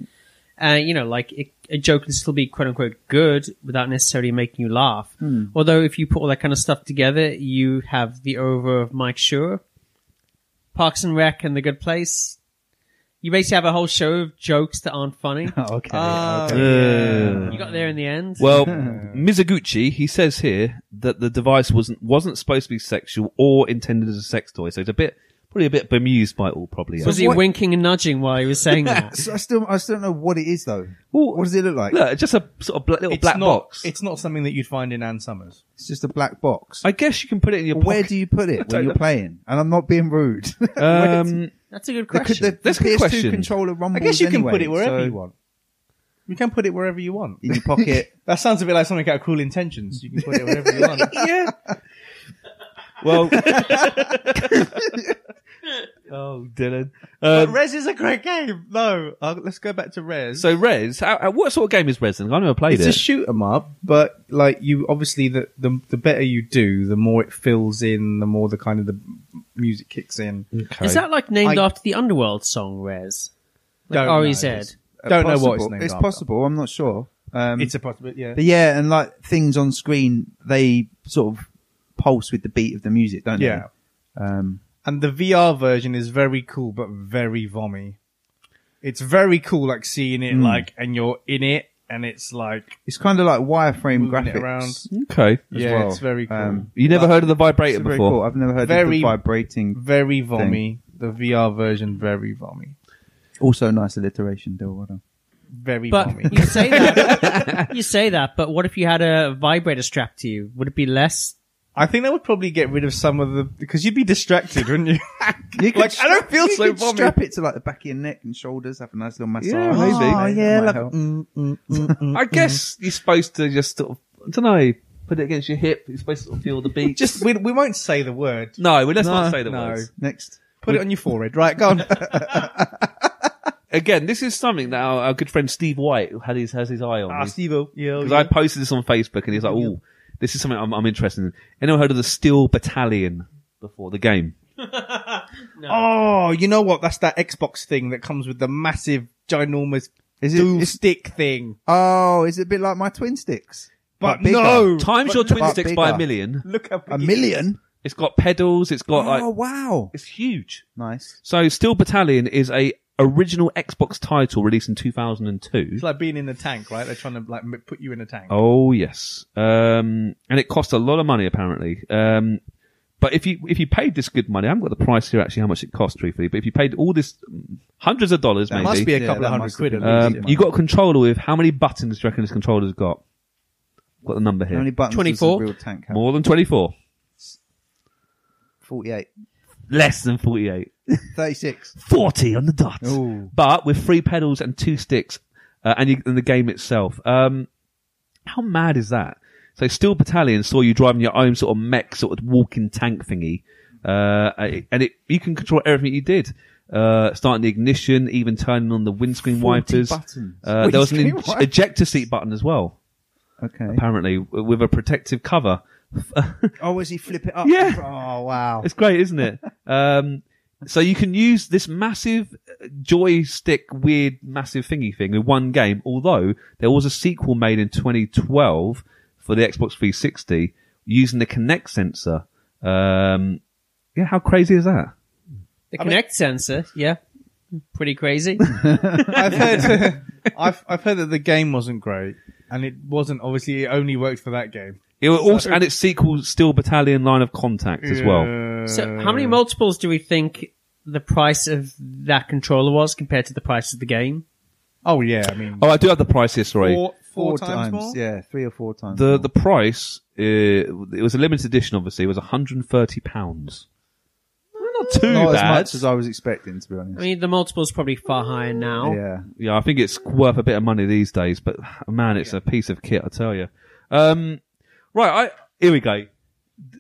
Uh, you know, like it, a joke can still be quote unquote good without necessarily making you laugh. Although if you put all that kind of stuff together, you have the over of Mike Schur, Parks and Rec and The Good Place. You basically have a whole show of jokes that aren't funny. Uh, [LAUGHS] okay. Ah, okay. Yeah. You got there in the end. [LAUGHS] Well, Mizuguchi, he says here that the device wasn't wasn't supposed to be sexual or intended as a sex toy, so he's a bit probably a bit bemused by it all, probably. was he what- winking and nudging while he was saying that? So I still, I still don't know what it is though. Well, what does it look like? Look, it's just a sort of bla- little black not, box. It's not something that you'd find in Ann Summers. It's just a black box. I guess you can put it in your Where pocket. do you put it don't when you're know. playing? And I'm not being rude. Um, That's a good [LAUGHS] the, question. the, the That's a good PS2 question. controller rumbles guess you can anyway, put it wherever so you want. You can put it wherever you want. In your pocket. That sounds a bit like something out of Cool Intentions. You can put it wherever [LAUGHS] you want. yeah. Well. oh, Dylan. But Um, Res is a great game. No, uh, let's go back to Res. so Res, how, how- what sort of game is Res? then? I've never played it's it. a shoot 'em up, but like you, obviously the, the the better you do, the more it fills in, the more the kind of the music kicks in. Okay. Is that like named I- after the Underworld song Rez? Don't Like oh, know. REZ. Don't know what Possible. it's named It's after. possible. I'm not sure. Um, It's a possibility. Yeah. but yeah, and like things on screen, they sort of pulse with the beat of the music, don't Yeah. they? Um, And the VR version is very cool, but very vommy. It's very cool, like seeing it, like, and you're in it, and it's like, it's kind of like wireframe Moving it graphics. around. as okay. yeah, well. it's very cool. Um, You never heard of the it's vibrator very before? cool. I've never heard of Very- the vibrating. very vommy. The VR version, very vommy. Also, nice alliteration, Dill. Well done. Very But vommy. you say that. you say that, but what if you had a vibrator strapped to you? Would it be less? I think that would probably get rid of some of the, because you'd be distracted, wouldn't you? [LAUGHS] You Like, I don't feel you so could vommy. Strap it to like the back of your neck and shoulders. Have a nice little massage. Yeah, maybe. Oh, yeah, Might like- help. I guess you're supposed to just sort of, I don't know, put it against your hip. You're supposed to sort of feel the beat. Just, we, we won't say the word. no, well, let's not No, say the no. words. Next, Put it on your forehead. Right, go on. Again, this is something that our, our good friend Steve White had his has his eye on. ah, He's- Steve. Yeah, Because I posted this on Facebook and he's like, "Oh, this is something I'm, I'm interested in." Anyone heard of the Steel Battalion before the game? Oh, you know what? That's that Xbox thing that comes with the massive, ginormous is it? dual is- stick thing. [LAUGHS] oh, is it a bit like my twin sticks? But, bigger. no, Times your twin but sticks by a bigger. million. look how A big it million. It's got pedals. It's got oh like wow, it's huge. nice. So Steel Battalion is a original Xbox title released in 2002. It's like being in a tank, right? They're trying to like m- put you in a tank. Oh yes, um, and it cost a lot of money apparently. Um, but if you if you paid this good money, I haven't got the price here actually how much it cost truthfully. But if you paid all this mm, hundreds of dollars, that maybe must be a Yeah, couple that of hundred must quid. have At been least. Um, you got a controller with how many buttons do you reckon this controller's got? Got the number How here. many buttons? 24? Does a real tank have? More than 24. Forty-eight. Less than 48. Thirty-six. 40 on the dot. Ooh. But with three pedals and two sticks, uh, and, you, and the game itself. Um, how mad is that? So Steel Battalion saw you driving your own sort of mech, sort of walking tank thingy. Uh, and it, you can control everything you did. Uh, starting the ignition, even turning on the windscreen 40 wipers. buttons. Uh, there was an Windscreen ej- wipers. ejector seat button as well. Okay. apparently w- with a protective cover. [LAUGHS] Oh, as he flip it up? Yeah. Oh wow. it's great, isn't it? Um, so you can use this massive uh, joystick, weird, massive thingy thing in one game. Although there was a sequel made in 2012 for the Xbox 360 using the Kinect sensor. Um, yeah, how crazy is that? The Kinect sensor, yeah, pretty crazy. [LAUGHS] I've heard, [LAUGHS] I've, I've heard that the game wasn't great, and it wasn't obviously. It only worked for that game It will also, and its sequel, Steel Battalion Line of Contact as well. so, how many multiples do we think the price of that controller was compared to the price of the game? Oh yeah, I mean, Oh, I do have the price here, sorry. four, Four, four times, more. Yeah, three or four times. The more. the price uh, it was a limited edition, obviously, it was 130 pounds. Not too not as bad. much as I was expecting, to be honest. I mean, the multiple's probably far higher oh. now. yeah. [LAUGHS] yeah, I think it's worth a bit of money these days, but man, it's a piece of kit, I tell you. Um, right, I here we go.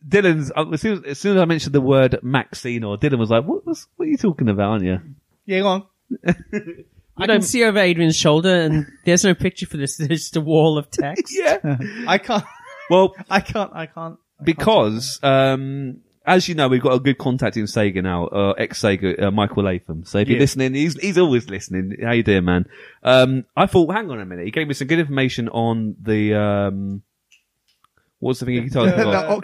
Dylan's uh, as soon as, as soon as I mentioned the word Maxine or Dylan was like, "What was what are you talking about, aren't you?" Yeah, go on. I can see over Adrian's shoulder, and there's no picture for this. [LAUGHS] There's just a wall of text. Yeah. I can't. [LAUGHS] [LAUGHS] well, I can't. I can't. because um, as you know, we've got a good contact in Sega now, uh, ex Sega uh, Michael Latham. So if you're Yeah. listening, he's he's always listening. How you doing, man? Um, I thought, hang on a minute. He gave me some good information on the um, [LAUGHS] what's the thing he told us the [LAUGHS] about?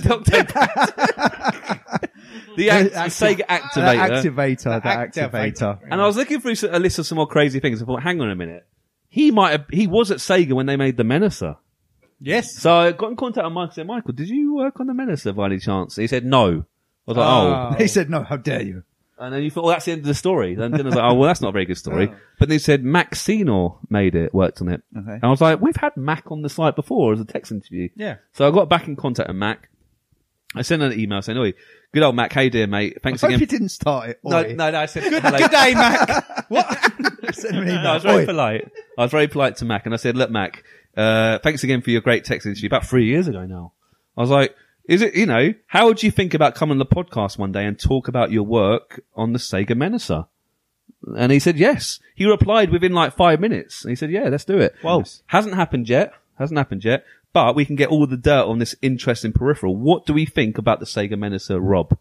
The Octopad. the, act, the Sega The Activator. activator, the activator. activator. And I was looking through a list of some more crazy things. I thought, hang on a minute. He might have, he was at Sega when they made the Menacer. Yes. So I got in contact with Michael. Said, Michael, did you work on the Menacer by any chance? He said no. I was like, oh. Ah. [LAUGHS] He said, "No, how dare you!" And then you thought, well, that's the end of the story. And then I was like, oh, well, that's not a very good story. But they said Mac Senor made it, worked on it. Okay. And I was like, we've had Mac on the site before as a text interview. Yeah. So I got back in contact with Mac. I sent an email saying, oi, good old Mac, how you doing, mate? Thanks Hope again. you didn't start it. no, [LAUGHS] oi. no, no, I said, hello. Hey, Mac. Send him an email. [LAUGHS] No, I was very Oi. polite. I was very polite to Mac, and I said, "Look, Mac, uh, thanks again for your great text interview about three years ago now." I was like, "Is it? You know, how would you think about coming on the podcast one day and talk about your work on the Sega Menacer?" And he said, "Yes." He replied within like five minutes, and he said, "Yeah, let's do it." Whoa. hasn't happened yet. Hasn't happened yet. But we can get all the dirt on this interesting peripheral. What do we think about the Sega Menacer, Rob?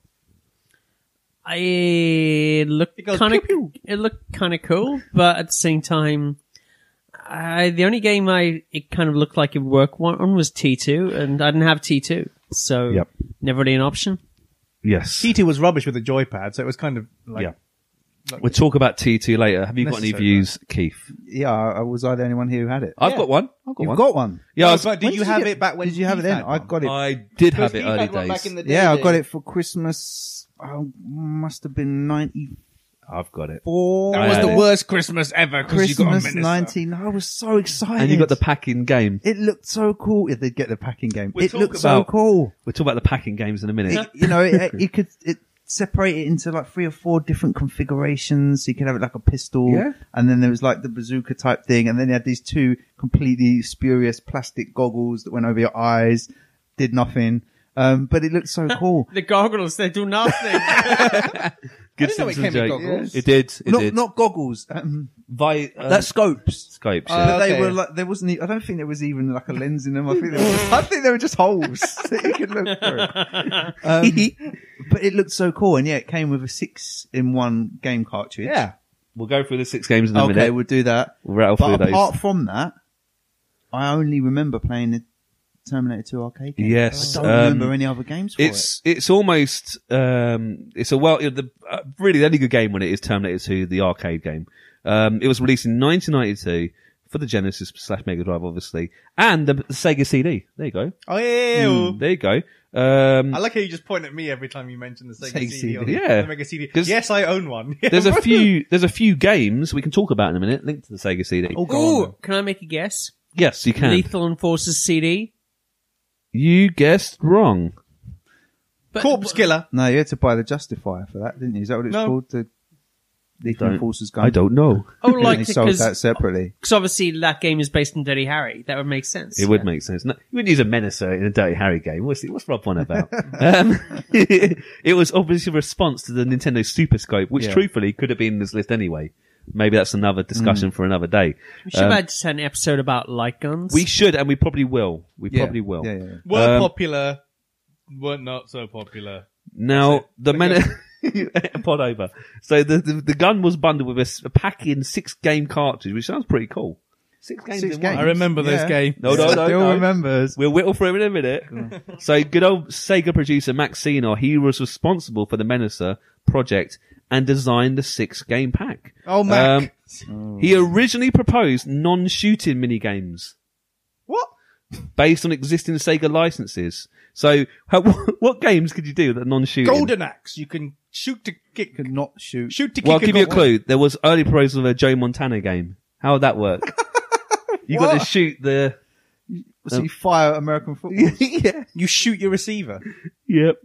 I looked goes kind of pew, it looked kind of cool, but at the same time, I, the only game I it kind of looked like it would work on was T two, and I didn't have T two, so Yep. never really an option. Yes. T2 was rubbish with a joypad, so it was kind of like yeah. We'll talk about T2 later. Have you got any Necessary, views, Keith? Yeah, I- was I the only one who had it? I've Yeah. got one. I've got You've one. got one. Yeah, I, No, was- but did you have it back when Did you have Uh, it Keith then? had I one? got it. I did have it Because Keith early had one back days. in the day, yeah, I didn't got he? it for Christmas. I must have been ninety-four. I've got it. That I was had the it. worst Christmas ever because you got a Christmas minister. nineteen. I was so excited. And you got the packing game. It looked so cool. If they get the packing game, We'll it talk looked so about- [LAUGHS] cool. We'll talk about the packing games in a minute. It, you know, it, it could it separate it into like three or four different configurations. You could have it like a pistol, Yeah. and then there was like the bazooka type thing, and then you had these two completely spurious plastic goggles that went over your eyes, did nothing. Um, but [LAUGHS] it looked so cool. The goggles they do [LAUGHS] nothing. Good didn't know Simpson it came with joke. goggles. It did. It not did. not goggles. Um, Vi- uh, that's scopes. scopes. Uh, yeah. But okay. They were like there wasn't. e- I don't think there was even like a lens in them. I think they were just, I think they were just holes [LAUGHS] that you could look through. [LAUGHS] Um, but it looked so cool, and yeah, it came with a six in one game cartridge. Yeah. we'll go through the six games in a Okay, minute. we'll do that. We'll rattle But through those. apart from that, I only remember playing the Terminator 2 arcade game. Yes, I don't um, remember any other games for it. it's it's almost um it's a well the uh, really the only good game when it is Terminator 2 the arcade game. Um, it was released in 1992 for the Genesis slash Mega Drive, obviously, and the, the Sega CD. There you go. Mm, Oh, yeah. There you go. Um, I like how you just point at me every time you mention the Sega Sega CD. or CD. Yeah. The Mega CD. 'Cause- Yes, I own one. [LAUGHS] there's [LAUGHS] a few there's a few games we can talk about in a minute linked to the Sega CD. Oh, Ooh, can I make a guess? Yes, you can. Lethal Enforcers CD. You guessed wrong. But, Corpse Killer. No, you had to buy the Justifier for that, didn't you? Is that what it's No. called? The Lethal Don't- Enforcers gun? I don't know. I would like they to sold that because separately. obviously that game is based on Dirty Harry. That would make sense. It would Yeah. make sense. No, you wouldn't use a menacer in a Dirty Harry game. What's, what's Rob on [LAUGHS] about? um, [LAUGHS] it was obviously a response to the Nintendo Super Scope, which Yeah. truthfully could have been in this list anyway. Maybe that's another Mm. discussion for another day. We should Um, have just had an episode about light guns. we should, and we probably will. We Yeah. probably will. Yeah, yeah, yeah. Were Um, popular, were not so popular. Now the That's men [LAUGHS] pod over. So the, the the gun was bundled with a s- a, pack in six game cartridge, which sounds pretty cool. Six games. Six in one. games. I remember those Yeah. games. No, no, no, Still no. remembers. We'll whittle through it in a minute. so, good old Sega producer Max Senor, he was responsible for the Menacer project and designed the six game pack. Oh, Mac. Um, Oh. He originally proposed non shooting minigames what? based on existing Sega licenses. So, [LAUGHS] how, what games could you do that non shooting? Golden Axe. You can shoot to kick. Could not shoot. Shoot to Well, I'll kick. give and you a go- clue. There was early proposal of a Joe Montana game. How would that [LAUGHS] work? you got to What? shoot the. So you fire American football. [LAUGHS] yeah. You shoot your receiver. Yep.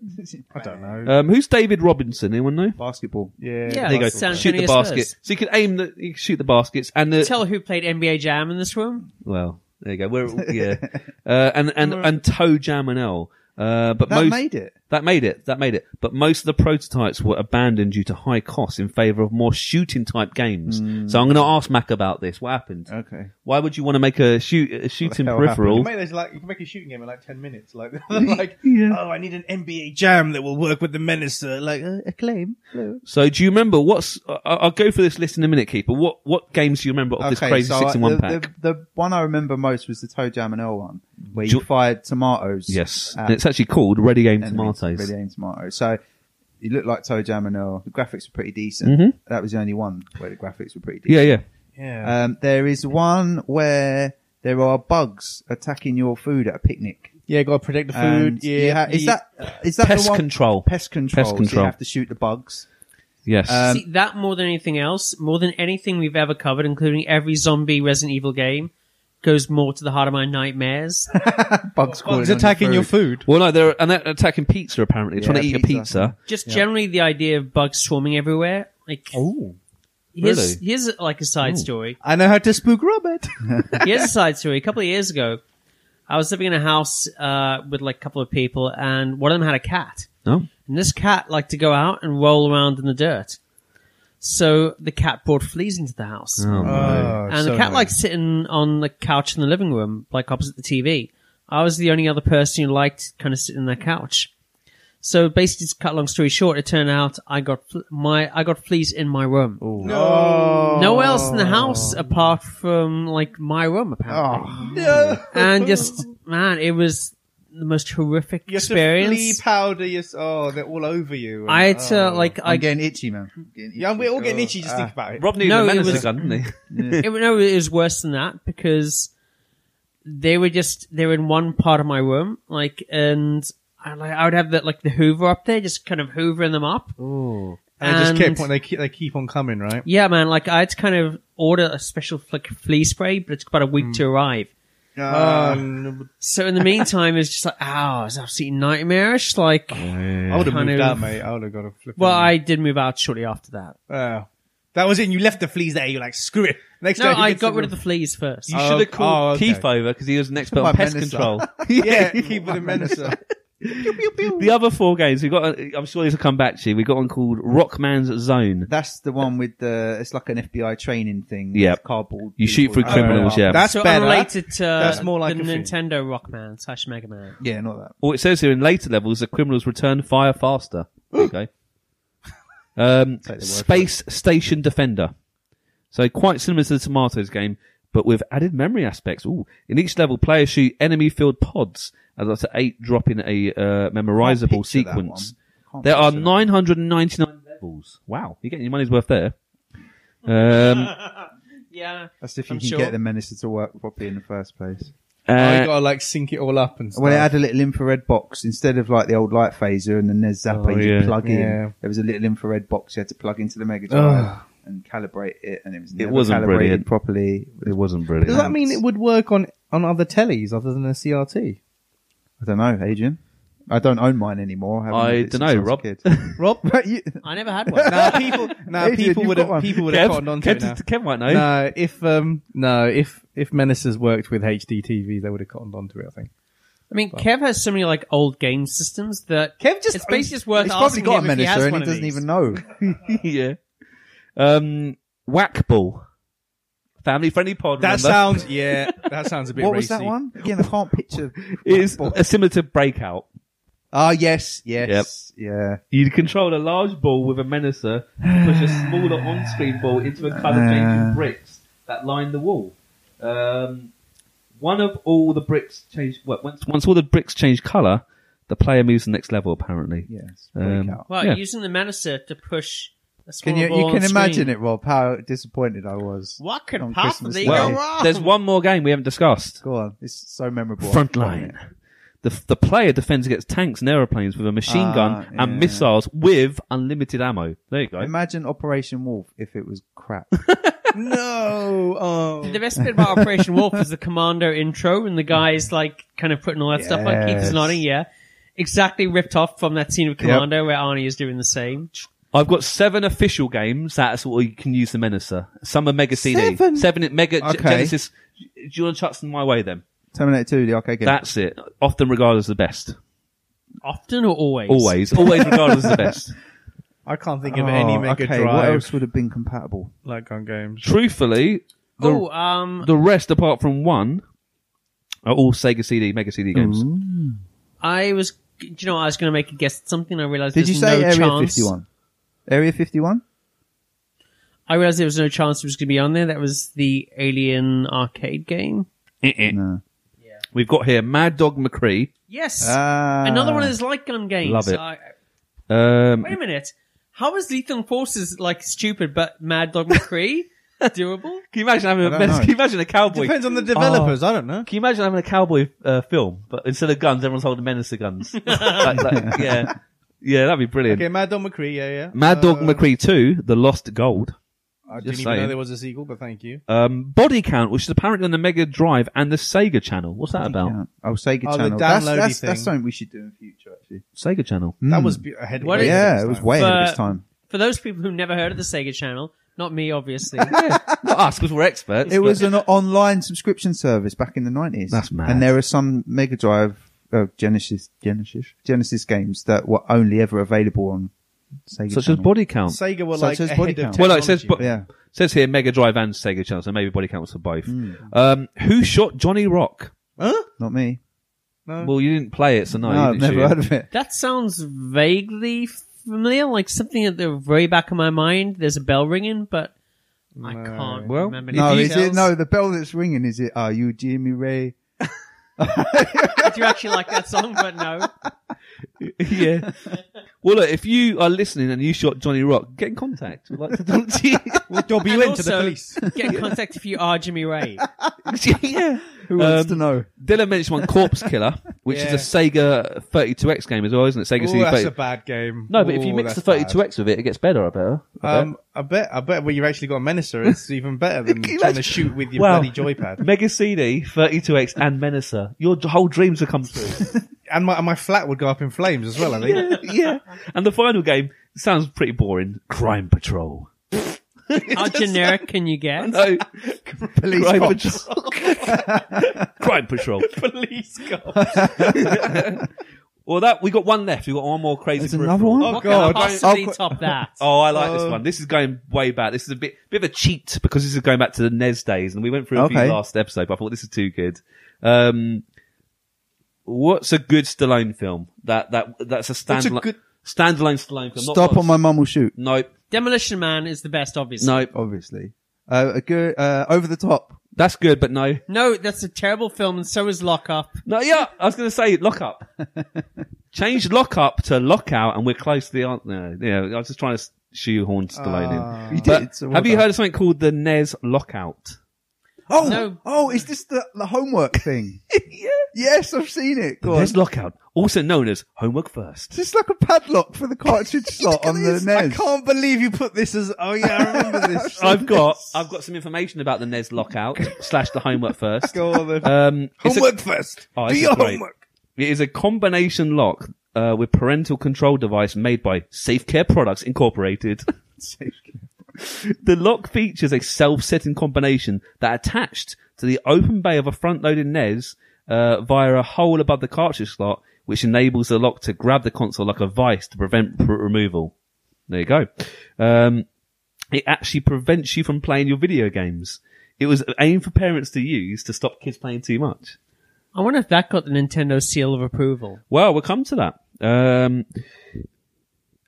I don't know. Um, who's David Robinson? Anyone know? Basketball. Yeah. Yeah, There you go. San Shoot the Antonio basket. Spurs. So you can aim the, you can shoot the baskets and the, Tell who played NBA Jam in this room. well, there you go. We're, [LAUGHS] yeah. Uh, and, and, and Toe Jam and L. Uh, but That most, made it. that made it. That made it. But most of the prototypes were abandoned due to high costs in favor of more shooting type games. So Hmm. I'm going to ask Mac about this. What happened? Okay. Why would you want to make a shoot, a [LAUGHS] shooting Uh, hell You peripheral? can, make those, like, you can make a shooting game in like 10 minutes. Like, [LAUGHS] like oh, I need an NBA jam that will work with the Menacer. Like, uh, acclaim. So do you remember what's, I- I'll go for this list in a minute, Keeper. What, what games do you remember of this crazy so six I- in one the, pack? The, the one I remember most was the Toe Jam and Earl one, where Do- you fired tomatoes. yes. at And it's actually called Ready Game enemies, Tomatoes. Ready aim tomatoes. So He looked like Toe Jam and Earl. The graphics were pretty decent. That was the only one where the graphics were pretty decent. Mm-hmm. Yeah, yeah. Yeah. Um, there is one where there are bugs attacking your food at a picnic. yeah, got to protect the And food. Yeah. you ha- is eat- that is that Pest the one? control. Pest control. Pest so control. you have to shoot the bugs. Yes. Um, See, that more than anything else, more than anything we've ever covered, including every zombie Resident Evil game, goes more to the heart of my nightmares. Bugs, crawling Bugs on attacking your your food. food. well, no, they're and they're attacking pizza apparently, trying to Yeah, eat a pizza. pizza. Just generally the idea of bugs swarming everywhere. Like, Oh. here's, really? here's like a side [LAUGHS] story. I know how to spook Robert. Here's a side story. A couple of years ago, I was living in a house uh, with like a couple of people, and one of them had a cat. No. And this cat liked to go out and roll around in the dirt. So the cat brought fleas into the house. Oh, no. and the cat liked sitting on the couch in the living room, like opposite the TV. I was the only other person who liked kind of sitting on that couch. So basically, to cut long story short, it turned out I got fl- my I got fleas in my room. No. No else in the house Oh. apart from like my room, Oh, apparently. [LAUGHS] And just man, it was the most horrific You have to flea experience. powder. Yes. Oh, they're all over you. I had to Oh. like I'm I getting itchy, man. I'm getting itchy. Yeah, we're all getting Oh, itchy just ah. think about it. Rob needed No, a it menace was- gun, didn't [LAUGHS] he? it, no, it was worse than that because they were just they were in one part of my room, like, and I like I would have that like the Hoover up there, just kind of hoovering them up. And, And- just keep on. They keep, they keep on coming, right? Yeah, man, like I had to kind of order a special like flea spray, but it took about a Mm. week to arrive. Uh, Um, So in the meantime, it's just like, oh, it's absolutely nightmarish. Like, Oh, I would have Kind moved of- out, mate. I would have got a flip. well, I did move out shortly after that. that was it. And you left the fleas there. You're like, screw it. Next No, day, I got rid of the flees first. You Oh, should have oh, called okay. Keith over because he was an expert My on pest menacer. control. [LAUGHS] yeah, keep with the menace. the other four games we got. uh, I'm sure these will come back to you. We got one called Rockman's Zone. that's the one with the. It's like an FBI training thing. with Yep. Cardboard. You shoot people. Oh, through criminals, yeah. That's so better. unrelated to That's more like the a flea. Nintendo Rockman slash Mega Man. Yeah, not that. Well, it says here in later levels, the criminals return fire faster. [GASPS] Okay. Um, Space Station Defender. So quite similar to the Tomatoes game, but with added memory aspects. Ooh. In each level, players shoot enemy-filled pods as up to eight drop in a uh, memorizable picture that sequence. one. Can't There are picture that. 999 levels. Wow. You're getting your money's worth [LAUGHS] there. Um, Yeah. That's if you I'm can sure. get the menacer to work properly in the first place. I uh, gotta like sync it all up and stuff. When it had a little infrared box, instead of like the old light phaser and then there's Zappa Oh, you yeah. could plug in, Yeah. there was a little infrared box you had to plug into the Mega Drive and calibrate it, and it was never wasn't calibrated brilliant. properly. it wasn't brilliant. Does that mean it would work on on other tellies other than a CRT? I don't know, Adrian. I don't own mine anymore. haven't I had it don't since know, was a Rob. [LAUGHS] kid. [LAUGHS] Rob, But you- I never had [LAUGHS] one. now people, now Adrian, people you've would got one. have people would have cottoned Kev, onto it. Now. Kev, Kev might know. No, if um, no, if if Menaces worked with HD TVs, they would have cottoned onto it. I think. I mean, Kev has so many like old game systems that Kev just it's basically just worth He's probably asking got a him if he has menacer and one he of doesn't these. [LAUGHS] even know. yeah. Um, Whackball. Family friendly pod. That remember? sounds yeah. That sounds a bit. What racy. was that one? Again, I can't picture. It is uh, similar to Breakout. Ah, yes, yes, yeah. You control a large ball with a menacer, to push a smaller on-screen ball into a colour changing Uh. bricks that line the wall. Um, one of all the bricks change. Well, once, once all the bricks change colour, the player moves to the next level. Apparently, Yes, Um, breakout. Well, Yeah. using the menacer to push a small Can you, ball you on can the imagine screen. it, Rob? How disappointed I was. What could on possibly Christmas Well, Day. go wrong? there's one more game we haven't discussed. Go on, it's so memorable. Frontline. The, the player defends against tanks and aeroplanes with a machine Ah, gun and yeah. missiles with unlimited ammo. There you go. Imagine Operation Wolf if it was crap. [LAUGHS] No. Oh. The best bit about Operation Wolf is the commando intro, and the guy's like kind of putting all that stuff on. Keith is Yes. nodding, yeah. Exactly ripped off from that scene of Commando where Arnie is doing the same. I've got seven official games. That's what you can use the Menacer. Some are Mega CD. Seven? Mega G- Okay. Genesis. Do you want to chuck some my way then? Terminator 2, the arcade game. That's it. Often regarded as the best. Often or always? [LAUGHS] Always. Always regarded as the best. I can't think of any Oh, Mega okay, What Drive else would have been compatible? like on games. Truthfully, the, oh, um, the rest apart from one are all Sega CD, Mega CD games. Mm-hmm. I was, do you know, I was going to make a guess at something. I realized Did you there's say no Area chance. 51? Area 51? I realized there was no chance it was going to be on there. That was the Alien arcade game. Eh-eh. No. We've Eh, got here Mad Dog McCree. Yes, Ah. another one of those light gun games. Love it. I, Um, Wait a minute. How is Lethal Forces like stupid but Mad Dog [LAUGHS] McCree doable? can you imagine having a I don't know. can you imagine a cowboy? Depends on the developers. I don't know. Can you imagine having a cowboy uh, film, but instead of guns, everyone's holding menace guns? Like- like, yeah, yeah, that'd be brilliant. Okay, Mad Dog McCree. Yeah, yeah. Mad Dog Uh, McCree Two: The Lost Gold. I didn't Just even know saying. there was a sequel, but thank you. Um, Body Count, which is apparently on the Mega Drive and the Sega Channel. What's that about? Yeah. Oh, Sega Oh, the downloady Channel. That's, that's, that's thing. something we should do in future, actually. Sega [LAUGHS] Channel. That Mm. was be- ahead. of What its is- time. yeah, it was way ahead of its But- time. For those people who've never heard of the Sega Channel, not me, [LAUGHS] obviously. Not us, because we're experts. It but- was an online subscription service back in the nineties. That's mad. And there are some Mega Drive, uh, Genesis, Genesis, Genesis games that were only ever available on Sega. such as Channel. Body Count. Sega were Such like as ahead Body of Count. well, no, it says technology. bo- Yeah. says here Mega Drive and Sega Channel, so maybe Body Count was for both. Hmm. Um, who shot Johnny Rock? Huh? Not me. No. Well, you didn't play it, so no, Uh, No, you I've didn't never shoot. heard of it. that sounds vaguely familiar, like something at the very back of my mind. There's a bell ringing, but I No. can't Well, remember any No, is details. it? No, the bell that's ringing is it? Are you Jimmy Ray? I do actually like that song, but no. [LAUGHS] yeah. Well, look, if you are listening and you shot Johnny Rock, get in contact. We'd like to talk to you. [LAUGHS] We'll dob you And into the also- police. Get [LAUGHS] in contact if you are Jimmy Ray. [LAUGHS] yeah. Who wants Um, to know? Dylan mentioned one, Corpse Killer, which Yeah. is a Sega 32X game as well, isn't it? Sega Ooh, CD. that's 32. a bad game. No, but if you Ooh, mix the that's bad. 32X with it, it gets better, I better. I Um, I bet, I bet when you've actually got a menacer, it's even better than trying to shoot with your Wow. bloody joypad. bet. Mega CD, 32X, and Menacer. Your d- whole dreams will come [LAUGHS] true. [LAUGHS] And my, and my flat would go up in flames as well, I think. yeah. And the final game sounds pretty boring. Crime Patrol. How generic can you [LAUGHS] get? Oh, No. [LAUGHS] Police Crime cops. Patrol. [LAUGHS] Crime Patrol. Police cop. Well, that we got one left. We got one more crazy. There's peripheral. another one? Oh, What can God. possibly I'll qu- top [LAUGHS] that? Oh, I like this Uh, one. This is going way back. This is a bit bit of a cheat because this is going back to the NES days, and we went through a Okay. few last episode. But I thought this is too good. Um, what's a good Stallone film? That that that's a What's a standalone good- standalone Stallone film. not Stop Oz. on my mum will shoot. Nope, Demolition Man is the best, obviously. nope. Obviously, uh, a good uh, over the top. That's good, but no, No, that's a terrible film, and so is Lock Up. no. Yeah, I was going to say lock [LAUGHS] up. Change lock up to lockout, and we're close to the answer. No, yeah, I was just trying to s- shoehorn Stallone Ah. in. You did. But so well have you done. heard of something called the NES lockout? Oh, No. oh, is this the, the homework thing? yeah. Yes, I've seen it. Go on. NES E lockout, also known as homework first. Is this like a padlock for the cartridge slot on the E I NES? can't believe you put this as, oh yeah, I [LAUGHS] remember this. I've got I've got some information about the NES [LAUGHS] lockout slash the homework first. Go on then. Um, it's a- homework first. Oh, Do this is your great. homework. it is a combination lock uh, with parental control device made by SafeCare Products Incorporated. the lock features a self-setting combination that attached to the open bay of a front-loaded NES uh, via a hole above the cartridge slot, which enables the lock to grab the console like a vice to prevent pr- removal. There you go. Um, it actually prevents you from playing your video games. It was aimed for parents to use to stop kids playing too much. I wonder if that got the Nintendo seal of approval. Well, we'll come to that. Um,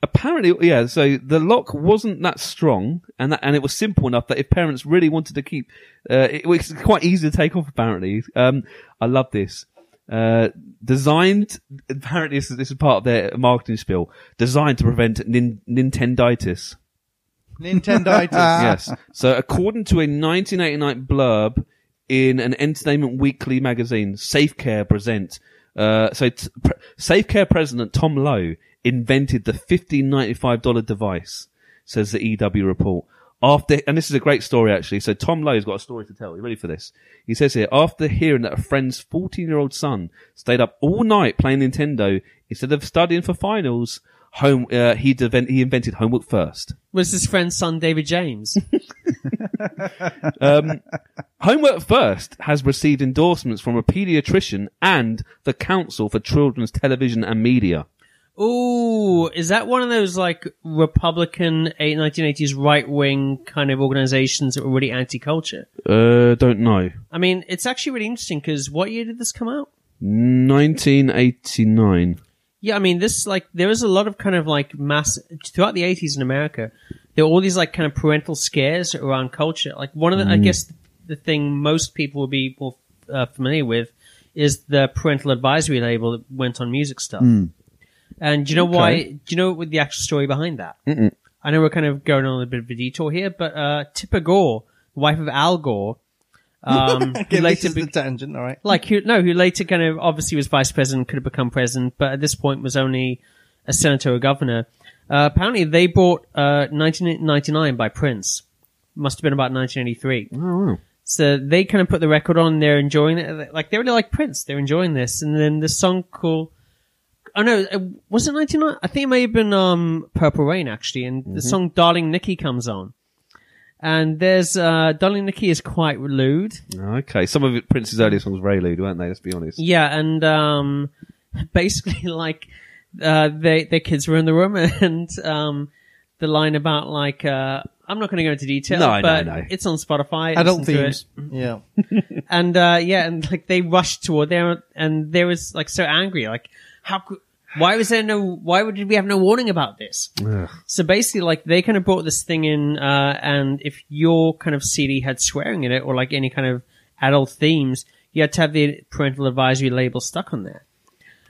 apparently, yeah. So the lock wasn't that strong, and that, and it was simple enough that if parents really wanted to keep, uh, it was quite easy to take off. Apparently, um, I love this. Uh, designed apparently this is, this is part of their marketing spiel. Designed to prevent nin- Nintenditis. Nintenditis. yes. So according to a 1989 blurb in an Entertainment Weekly magazine, Safecare present. Uh, so t- pre- Safecare president Tom Lowe invented the 1595 dollar device, says the EW report. After, and this is a great story actually. So Tom Lowe's got a story to tell. You ready for this? He says here, after hearing that a friend's 14 year old son stayed up all night playing Nintendo instead of studying for finals, home, uh, he, deven- he invented homework first. Was his friend's son David James? [LAUGHS] Homework First has received endorsements from a paediatrician and the Council for Children's Television and Media. Ooh, is that one of those like Republican eight- 1980s right wing kind of organizations that were really anti culture? Uh, don't know. I mean, it's actually really interesting because what year did this come out? 1989. Yeah, I mean, this like there was a lot of kind of like mass throughout the eighties in America. There were all these like kind of parental scares around culture. Like one of the, I guess, the thing most people will be more uh, familiar with is the parental advisory label that went on music stuff. And do you know why? Do you know what the actual story behind that? mm I know we're kind of going on a bit of a detour here, but uh, Tipper Gore, the wife of Al Gore, um, who [LAUGHS] Okay, this later is be- the tangent, all right. like who no who later kind of obviously was vice president could have become president but at this point was only a senator or governor uh, apparently they bought uh, 1999 by prince must have been about 1983 Oh, so they kind of put the record on they're enjoying it like they really like prince they're enjoying this and then this song called Oh no, it- was it 99? I think it may have been um, Purple Rain actually, and the song Darling Nikki comes on. And there's, uh, Darling Nikki is quite lewd. Okay, some of it, Prince's earlier songs were very lewd, weren't they? Let's be honest. Yeah, and um, basically, [LAUGHS] like, uh, they their kids were in the room, [LAUGHS] and um, the line about like, uh, I'm not going to go into detail, No, no, but no. it's on Spotify. Adult listen to themes. Yeah. it. and uh, yeah, and like they rushed toward there, and there was like so angry, like how could. Why was there no? Why would- did we have no warning about this? So basically, like they kind of brought this thing in, uh, and if your kind of CD had swearing in it or like any kind of adult themes, you had to have the parental advisory label stuck on there.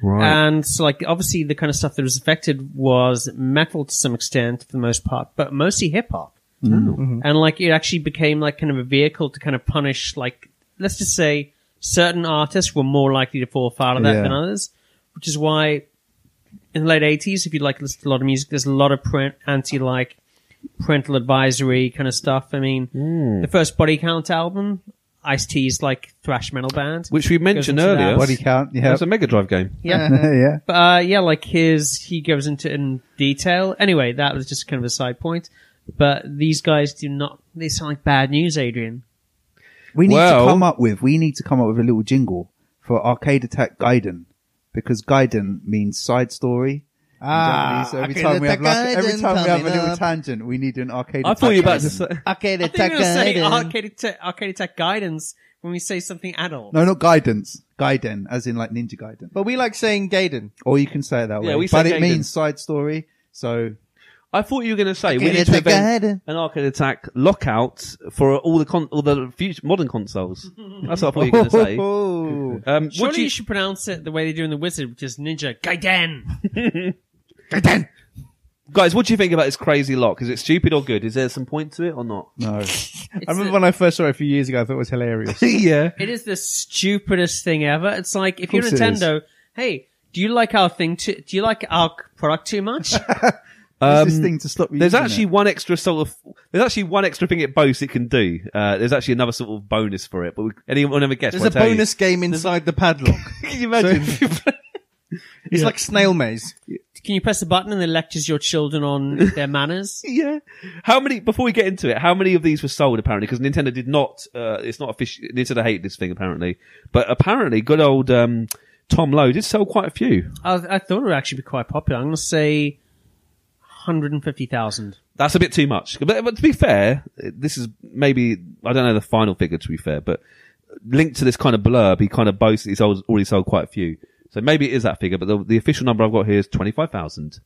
Right. And so, like, obviously, the kind of stuff that was affected was metal to some extent, for the most part, but mostly hip hop. And like, it actually became like kind of a vehicle to kind of punish, like, let's just say, certain artists were more likely to fall foul of that Yeah. than others, which is why in the late eighties, if you like listen to a lot of music, there's a lot of parent, anti like parental advisory kind of stuff. I mean, the first Body Count album, Ice T's like thrash metal band, Which we mentioned into that. earlier. Body count, yeah. That's a Mega Drive game. yeah. [LAUGHS] yeah. But uh, yeah, like his, he goes into it in detail. Anyway, that was just kind of a side point. But these guys do not, they sound like bad news, Adrian. We need Well- to come up with we need to come up with a little jingle for Arcade Attack Gaiden because Gaiden means side story. in Ah, Japanese. so every Arcade time we have Attack like, every Gaiden time we have a coming little up. tangent, we need an arcade. I thought you Attack were about to Gaiden. say. Arcade I think we're going to say arcade attack, arcade attack guidance when we say something adult. No, not guidance. Gaiden, as in like Ninja Gaiden. But we like saying Gaiden. Or you can say it that way. Yeah, we say but it Gaiden. means side story. So I thought you were going to say we Arcade need to Attack invent Gaiden. an arcade attack lockout for all the con- all the future modern consoles. That's what I thought you were going to [LAUGHS] say. oh, Um, Surely would you... you, should pronounce it the way they do in The Wizard, which is Ninja Gaiden. guys, what do you think about this crazy lock? Is it stupid or good? Is there some point to it or [LAUGHS] not? no. I remember when I first saw it a few years ago, I thought it was hilarious. yeah. It is the stupidest thing ever. It's like, if you're course it is. Nintendo, hey, do you like our thing too, do you like our product too much? What's this thing to stop you Um, There's using actually it? one extra sort of. There's actually one extra thing it boasts it can do. Uh, there's actually another sort of bonus for it, but we, anyone ever guess? [LAUGHS] There's Well, a I tell you. bonus [LAUGHS] game inside the padlock. [LAUGHS] Can you So [LAUGHS] imagine? if you play- it's like snail maze. Can you press a button and it lectures your children on their manners? yeah. How many? Before we get into it, how many of these were sold? Apparently, because Nintendo did not. Uh, it's not official. Nintendo hate this thing apparently, but apparently, good old um, Tom Lowe did sell quite a few. I, I thought it would actually be quite popular. I'm going to say 150,000. That's a bit too much. But, but to be fair, this is maybe I don't know the final figure. To be fair, but linked to this kind of blurb, he kind of boasts that he's sold- already sold quite a few. So maybe it is that figure, but the, the official number I've got here is twenty five thousand.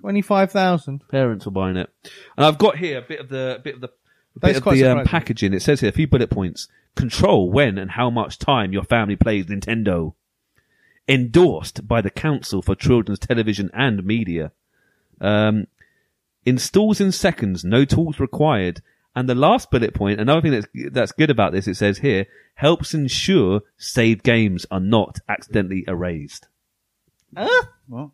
25,000. parents were buying it. And I've got here a bit of the bit of the a That's bit of quite the um, surprising. packaging. It says here a few bullet points: control when and how much time your family plays Nintendo. Endorsed by the Council for Children's Television and Media. Um, installs in seconds, no tools required. And the last bullet point, another thing that's that's good about this, it says here helps ensure saved games are not accidentally erased. What?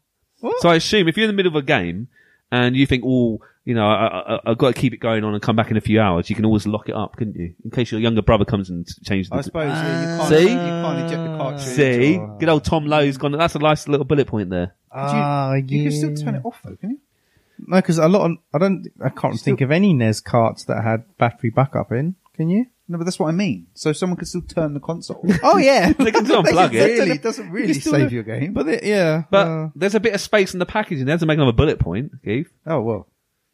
So I assume if you're in the middle of a game and you think, oh, you know, I, I, I've got to keep it going on and come back in a few hours, you can always lock it up, couldn't you? In case your younger brother comes and t- changes I the. suppose yeah, you can't, See? you can't eject the cartridge. See, or- good old Tom Lowe's gone. That's a nice little bullet point there. Ah, you yeah. can still turn it off though, can you? No, because a lot of, I don't, I can't Still- think of any NES carts that had battery backup in. Can you? No, but that's what I mean. So someone could still turn [LAUGHS] the console. [LAUGHS] Oh, yeah. They can [LAUGHS] still unplug That it, really doesn't really still save do- your game. but it, yeah. but uh, there's a bit of space in the packaging there to make another bullet point, Keith. oh well.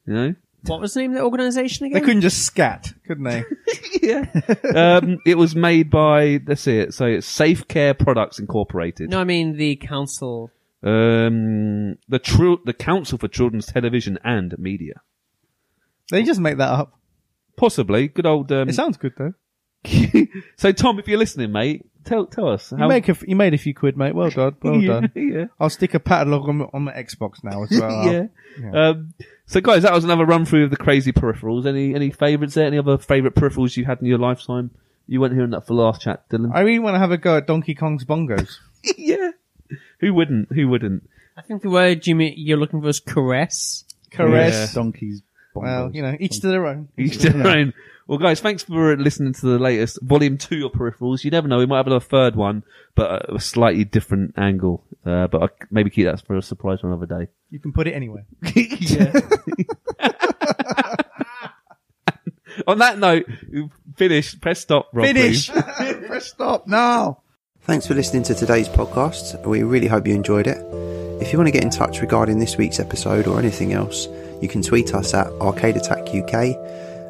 You know, [LAUGHS] What was the name of the organization they again? couldn't just scat, couldn't they? um, it was made by let's see it. So it's Safe Care Products Incorporated. No, I mean the council. Um, the tru- the Council for Children's Television and Media, they just make that up. possibly. Good old. Um, It sounds good though. [LAUGHS] so Tom, if you're listening, mate, tell tell us You, make a f- you made a few quid, mate. Well done. Well [LAUGHS] yeah, done. yeah. I'll stick a catalog on, on my Xbox [LAUGHS] now as well. yeah. Um, so, guys, that was another run through of the crazy peripherals. Any any favourites there? Any other favourite peripherals you had in your lifetime? You weren't hearing that for last chat, Dylan. I really want to have a go at Donkey Kong's bongos. [LAUGHS] yeah. Who wouldn't? Who wouldn't? I think the word Jimmy you're looking for is caress. Caress. Donkeys. Well, bongos. you know, each to their own. Each their own. Well, guys, thanks for listening to the latest volume two of peripherals. You never know; we might have another third one, but a slightly different angle. Uh, but I maybe keep that for a surprise for another day. You can put [LAUGHS] it anywhere. [LAUGHS] On that note, finish. Press stop. Rob, please. [LAUGHS] Press stop now. Thanks for listening to today's podcast. We really hope you enjoyed it. If you want to get in touch regarding this week's episode or anything else, you can tweet us at Arcade Attack UK,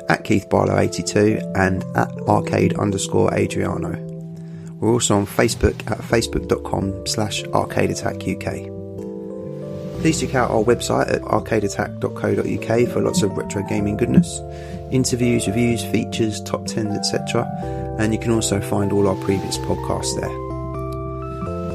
at Keith Barlow 82, and at arcade underscore Adriano. We're also on Facebook at facebook.com slash arcade attack UK. Please check out our website at arcadeattack.co.uk for lots of retro gaming goodness, interviews, reviews, features, top 10s, etc. And you can also find all our previous podcasts there.